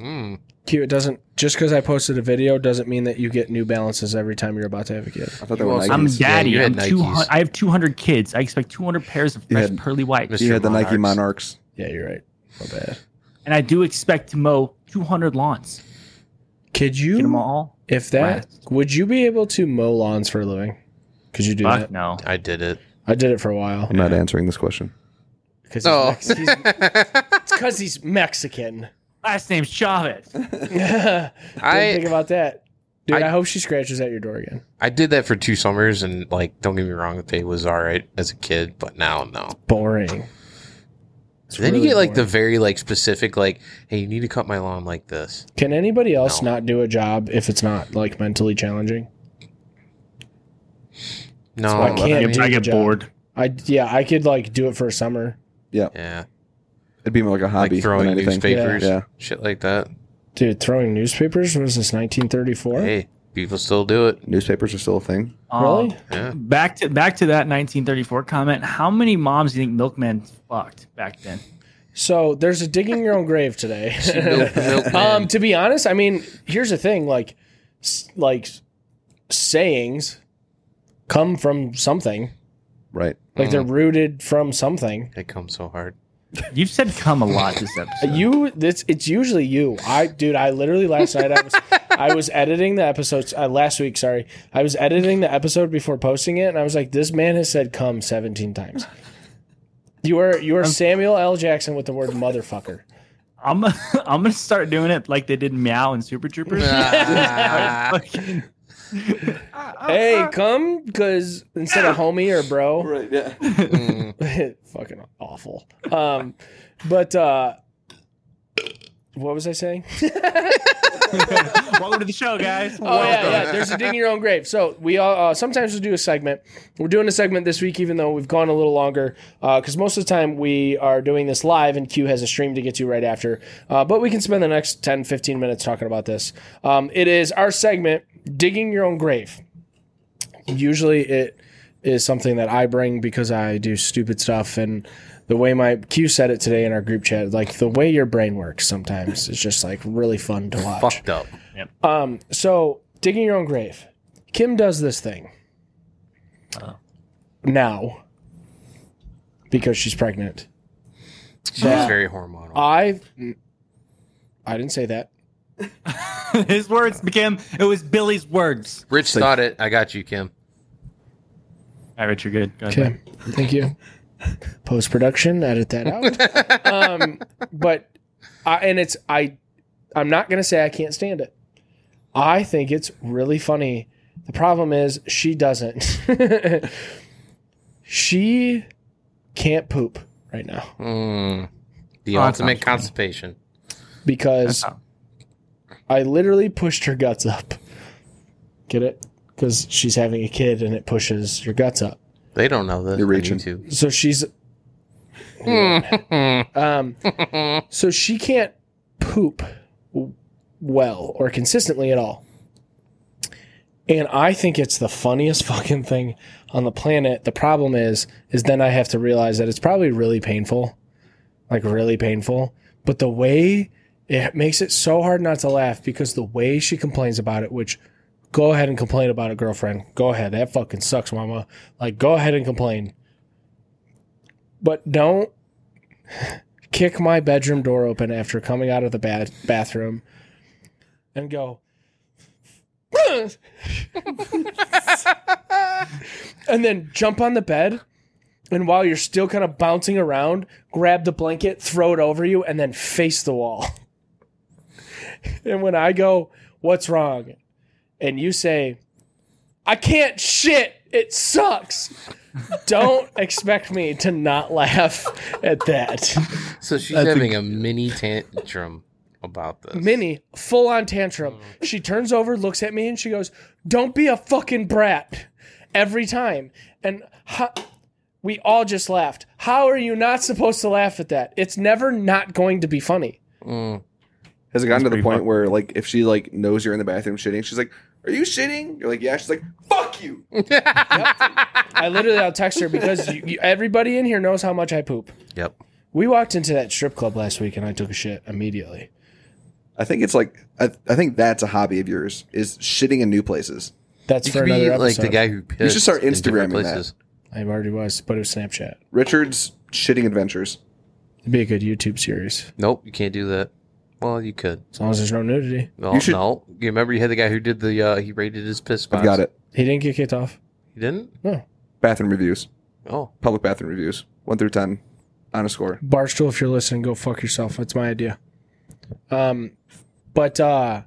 Mm.
Q, it doesn't just because I posted a video doesn't mean that you get new balances every time you're about to have a kid.
I thought
You
that was
also-
I'm
Yeah,
daddy.
you
I'm
had Nikes.
200, I have 200 kids. I expect 200 pairs of fresh
had-
pearly whites.
You had the Nike Monarchs.
Yeah, you're right. My bad.
And I do expect to mow 200 lawns.
Could
Get them
you
all?
If that,
Last.
would you be able to mow lawns for a living? Could you do
Fuck
that?
no.
I did it.
I did it for a while.
I'm not answering this question.
Because he's,
Oh.
Mex- he's, it's 'cause he's Mexican.
Last name's Chavez.
Didn't think
I
about that. Dude, I,
I-
hope she scratches at your door again.
I did that for two summers and like don't get me wrong, the pay was alright as a kid, but now no.
Boring. It's
then
really
you get like the
boring.
very like specific like, hey, you need to cut my lawn like this.
Can anybody else
No.
not do a job if it's not like mentally challenging?
No,
I can't do
I
the
get
job.
bored.
I yeah, I could like do it for a summer,
Yeah,
It'd be more like a hobby
like throwing
than anything.
newspapers,
Yeah.
shit like that.
dude. Throwing newspapers was this 1934?
Hey, people still do it.
Newspapers are still a thing.
Really?
Um,
Yeah.
back to back to that 1934 comment. How many moms do you think milkmen fucked back then?
So there's a digging your own grave today.
milked the milkman.
um, to be honest, I mean, here's the thing: like, s- like sayings come from something.
Right.
Mm-hmm. Like they're rooted from something.
It comes so hard.
You've said come a lot this episode.
Uh, You, it's it's usually you. I, dude, I literally last night I was I was editing the episodes uh, last week. Sorry, I was editing the episode before posting it, and I was like, this man has said "come" seventeen times. You are you are Samuel L. Jackson with the word motherfucker.
I'm I'm gonna start doing it like they did meow in Super Troopers. Fucking-
Hey, come, because instead of homie or bro,
Right, yeah.
fucking awful. Um, but uh, what was I saying?
Welcome to the show, guys.
Oh yeah, yeah. There's a dig in your own grave. So we all uh, sometimes we do a segment. We're doing a segment this week, even though we've gone a little longer, because most of the time we are doing this live, and Q has a stream to get to right after. Uh, but we can spend the next 10, 15 minutes talking about this. Um, it is our segment, digging your own grave. Usually, it is something that I bring because I do stupid stuff and. The way my Q said it today in our group chat, like the way your brain works sometimes is just like really fun to watch.
Fucked up.
Um, So digging your own grave. Kim does this thing. Now. Because she's pregnant.
She's very hormonal.
I I didn't say that.
His words became it was Billy's words.
Rich thought it. I got you, Kim.
All right, Rich, you're good. Go
Okay.
ahead.
Thank you. Post production, edit that out. um, but I, and it's I I'm not gonna say I can't stand it. I think it's really funny. The problem is she doesn't. she can't poop right now.
Mm. The
Oh, that
ultimate
sounds funny.
constipation.
because
Oh.
I literally pushed her guts up. Get it? Because she's having a kid and it pushes your guts up.
They don't know this.
You're
on
reaching.
YouTube.
So she's. um, so she can't poop w- well or consistently at all. And I think it's the funniest fucking thing on the planet. The problem is, is then I have to realize that it's probably really painful, like really painful. But the way it makes it so hard not to laugh because the way she complains about it, which go ahead and complain about it, girlfriend. Go ahead. That fucking sucks, mama. Like, go ahead and complain. But don't kick my bedroom door open after coming out of the bath- bathroom and go. and then jump on the bed. And while you're still kind of bouncing around, grab the blanket, throw it over you, and then face the wall. and when I go, What's wrong? and you say, I can't shit. It sucks. Don't expect me to not laugh at that.
So she's having a mini tantrum about this.
Minnie, full on tantrum. She turns over, looks at me, and she goes, Don't be a fucking brat every time. And ho- we all just laughed. How are you not supposed to laugh at that? It's never not going to be funny.
Has it gotten to the
pretty
point
fun.
where like if she like knows you're in the bathroom shitting, she's like, "Are you shitting?" You're like, "Yeah." She's like, "Fuck you."
I literally, I'll text her because you, you, everybody in here knows how much I poop.
Yep.
We walked into that strip club last week and I took a shit immediately.
I think it's like I, I think that's a hobby of yours is shitting in new places.
That's
You
for
could
another
be
episode.
like the guy who pissed.
should start
in different
Instagramming that.
I already was, but it was Snapchat.
Richard's shitting adventures.
It'd be a good YouTube series.
Nope, you can't do that. Well, you could.
As long as there's no nudity.
Well,
You should-
no. You remember you had the guy who did the uh, he rated his piss spots.
I've got it.
He didn't get kicked off.
You didn't?
Bathroom reviews,
Oh.
public bathroom reviews, one through ten, on a score.
Barstool, if you're listening, go fuck yourself. That's my idea. Um, but uh,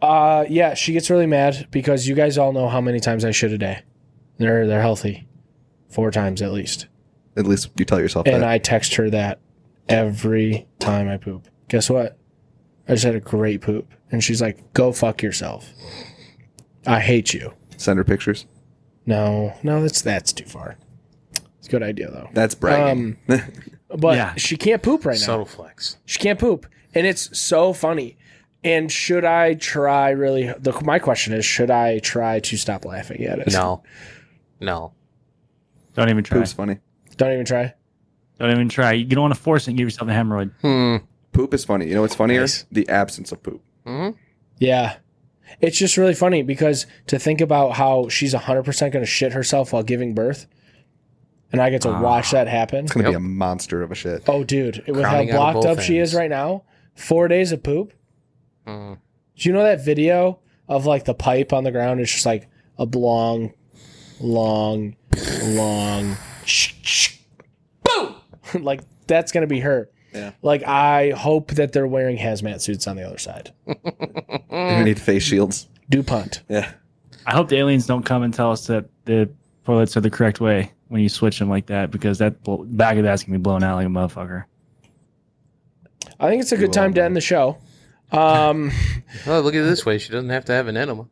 uh, yeah, she gets really mad because you guys all know how many times I shit a day. They're they're healthy, four times at least.
At least you tell yourself
And
that.
I text her that every time I poop. Guess what? I just had a great poop, and she's like, "Go fuck yourself. I hate you."
Send her pictures.
No, no, that's that's too far. It's a good idea though.
That's
Um,
Um,
bragging.
But
Yeah.
she can't poop right now.
Subtle flex.
She can't poop, and it's so funny. And should I try really? The, my question is, should I try to stop laughing at it?
No. No.
Don't even try.
Poop's funny.
don't even try.
Don't even try. You don't want to force it and give yourself a hemorrhoid.
Hmm.
Poop is funny. You know what's funnier?
Nice.
The absence of poop.
Mm-hmm.
Yeah, it's just really funny because to think about how she's hundred percent going to shit herself while giving birth and I
Ah.
get to watch that happen.
It's gonna be a monster of a shit.
Oh, dude, with how
Crowding out of
blocked
both
up she is
ends.
right now, four days of poop.
Mm.
Do you know that video of like the pipe on the ground? It's just like a long, long, long, sh- sh- boom. like that's gonna be her.
Yeah.
Like I hope that they're wearing hazmat suits on the other side. Um,
You're gonna need face shields.
DuPont.
Yeah.
I hope the aliens don't come and tell us that the toilets are the correct way when you switch them like that because that bl- back of that's gonna be blown out like a motherfucker.
I think it's a good time to end the show. Um,
Oh, look at it this way. She doesn't have to have an enema.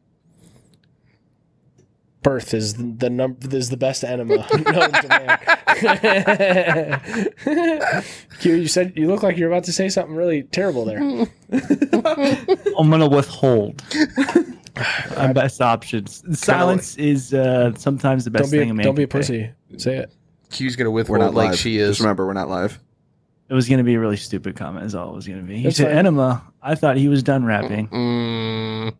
birth is the num- is the best enema known to man. Q, you said you look like you're about to say something really terrible there.
I'm gonna withhold. My best options. Silence is uh, sometimes the
Don't
best
be
thing a
a,
man.
don't be a
can say.
pussy. Say it.
Q's gonna
We're
withhold
not
like
live.
she is.
Just remember, we're not live.
It was gonna be a really stupid comment. Is all it was gonna be. He
That's
said
fine.
enema. I thought he was done rapping.
Mm.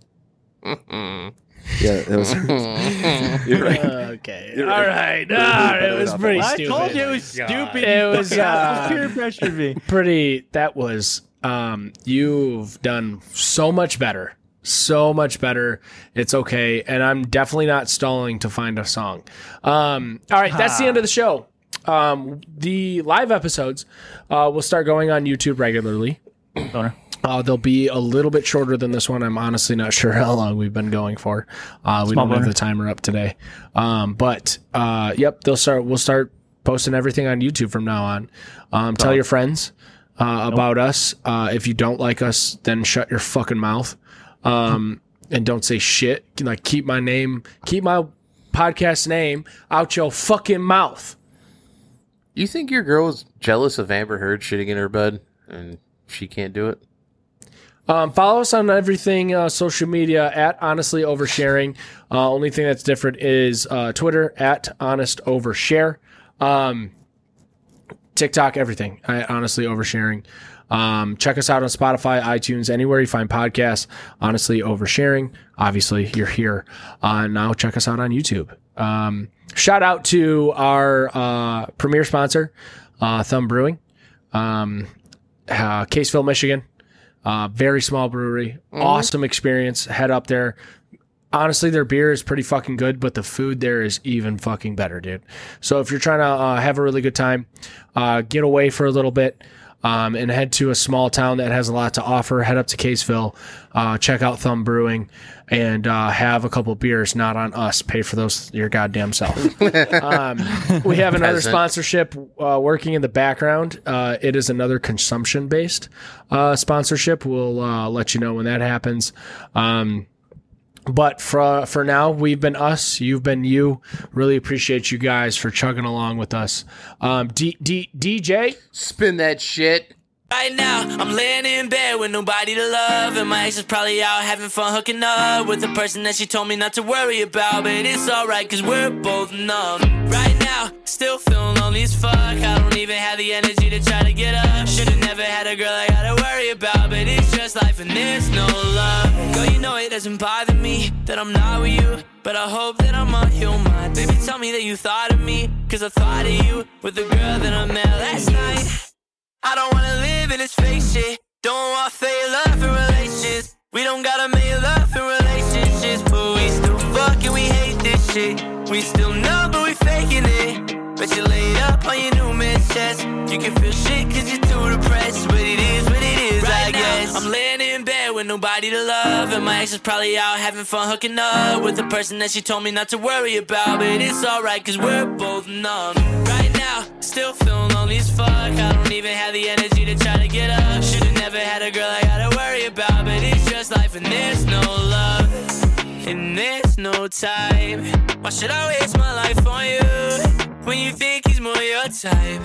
Mm-mm.
Yeah, it was.
Mm-mm.
you're right.
Okay.
You're
All
right.
right. Ah,
better
it was
than
pretty
I
stupid. Oh
told you it was stupid.
It was, uh,
peer pressure me.
pretty that was um you've done so much better so much better it's okay and i'm definitely not stalling to find a song um all right that's the end of the
Ah.
show um the live episodes uh will start going on youtube regularly
Boner.
uh, they'll be a little bit shorter than this one. I'm honestly not sure how long we've been going for. Uh, we
Small
don't have
boner.
the timer up today, um, but uh, yep, they'll start. We'll start posting everything on YouTube from now on. Um, tell your friends uh, about us. Uh, if you don't like us, then shut your fucking mouth um, and don't say shit. Like keep my name, keep my podcast name out your fucking mouth.
You think your girl is jealous of Amber Heard shitting in her bed and she can't do it?
Um, follow us on everything uh, social media at Honestly Oversharing. Uh, only thing that's different is uh, Twitter at Honest Overshare, um, TikTok, everything at Honestly Oversharing. Um, check us out on Spotify, iTunes, anywhere you find podcasts. Honestly Oversharing. Obviously, you're here. Uh, now check us out on YouTube. Um, shout out to our uh, premier sponsor, uh, Thumb Brewing, um, uh, Caseville, Michigan. Uh, very small brewery. Awesome experience. Head up there. Honestly, their beer is pretty fucking good, but the food there is even fucking better, dude. So if you're trying to uh, have a really good time, uh, get away for a little bit um, and head to a small town that has a lot to offer. Head up to Caseville, uh, check out Thumb Brewing, and uh, have a couple beers. Not on us. Pay for those your goddamn self. um, we have another
Peasant.
sponsorship uh, working in the background. Uh, it is another consumption based uh, sponsorship. We'll uh, let you know when that happens. Um, but for for now, we've been us. You've been you. Really appreciate you guys for chugging along with us. Um, D, D, DJ.
Spin that shit.
Right now, I'm laying in bed with nobody to love, and my ex is probably out having fun hooking up with the person that she told me not to worry about. But it's alright, cause we're both numb. Right now, still feeling lonely as fuck. I don't even have the energy to try to get up. Should've never had a girl I gotta worry about, but it's just life and there's no love. Girl, you know it doesn't bother me that I'm not with you, but I hope that I'm on your mind. Baby, tell me that you thought of me, cause I thought of you with the girl that I met last night. I don't wanna live in this fake shit. Don't want fake love in relations. We don't gotta make love in relationships, but we still fuck and we hate this shit. We still numb, but we faking it. But you laid up on your new man's chest. You can feel shit cause you're too depressed. But it is what it is, I guess. I'm laying in bed with nobody to love. And my ex is probably out having fun hooking up with the person that she told me not to worry about. But it's alright cause we're both numb. Right now, still feeling lonely as fuck. I don't even have the energy to try to get up. Should've never had a girl I gotta worry about. But it's just life and there's no love. And there's no time. Why should I waste my life on you? When you think he's more your type,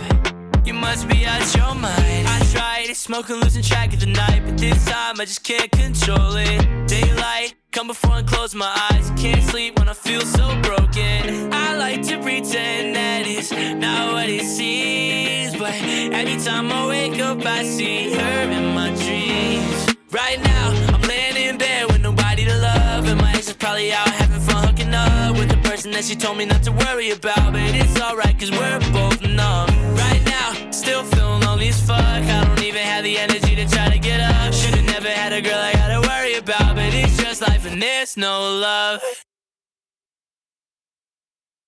you must be out your mind. I try to smoke and losing track of the night, but this time I just can't control it. Daylight, come before and close my eyes. Can't sleep when I feel so broken. I like to pretend that it's not what it seems, but every time I wake up, I see her in my dreams. Right now, I'm laying in bed with nobody to love. And my ex is probably out having fun hooking up with the person that she told me not to worry about. But it's alright, cause we're no love.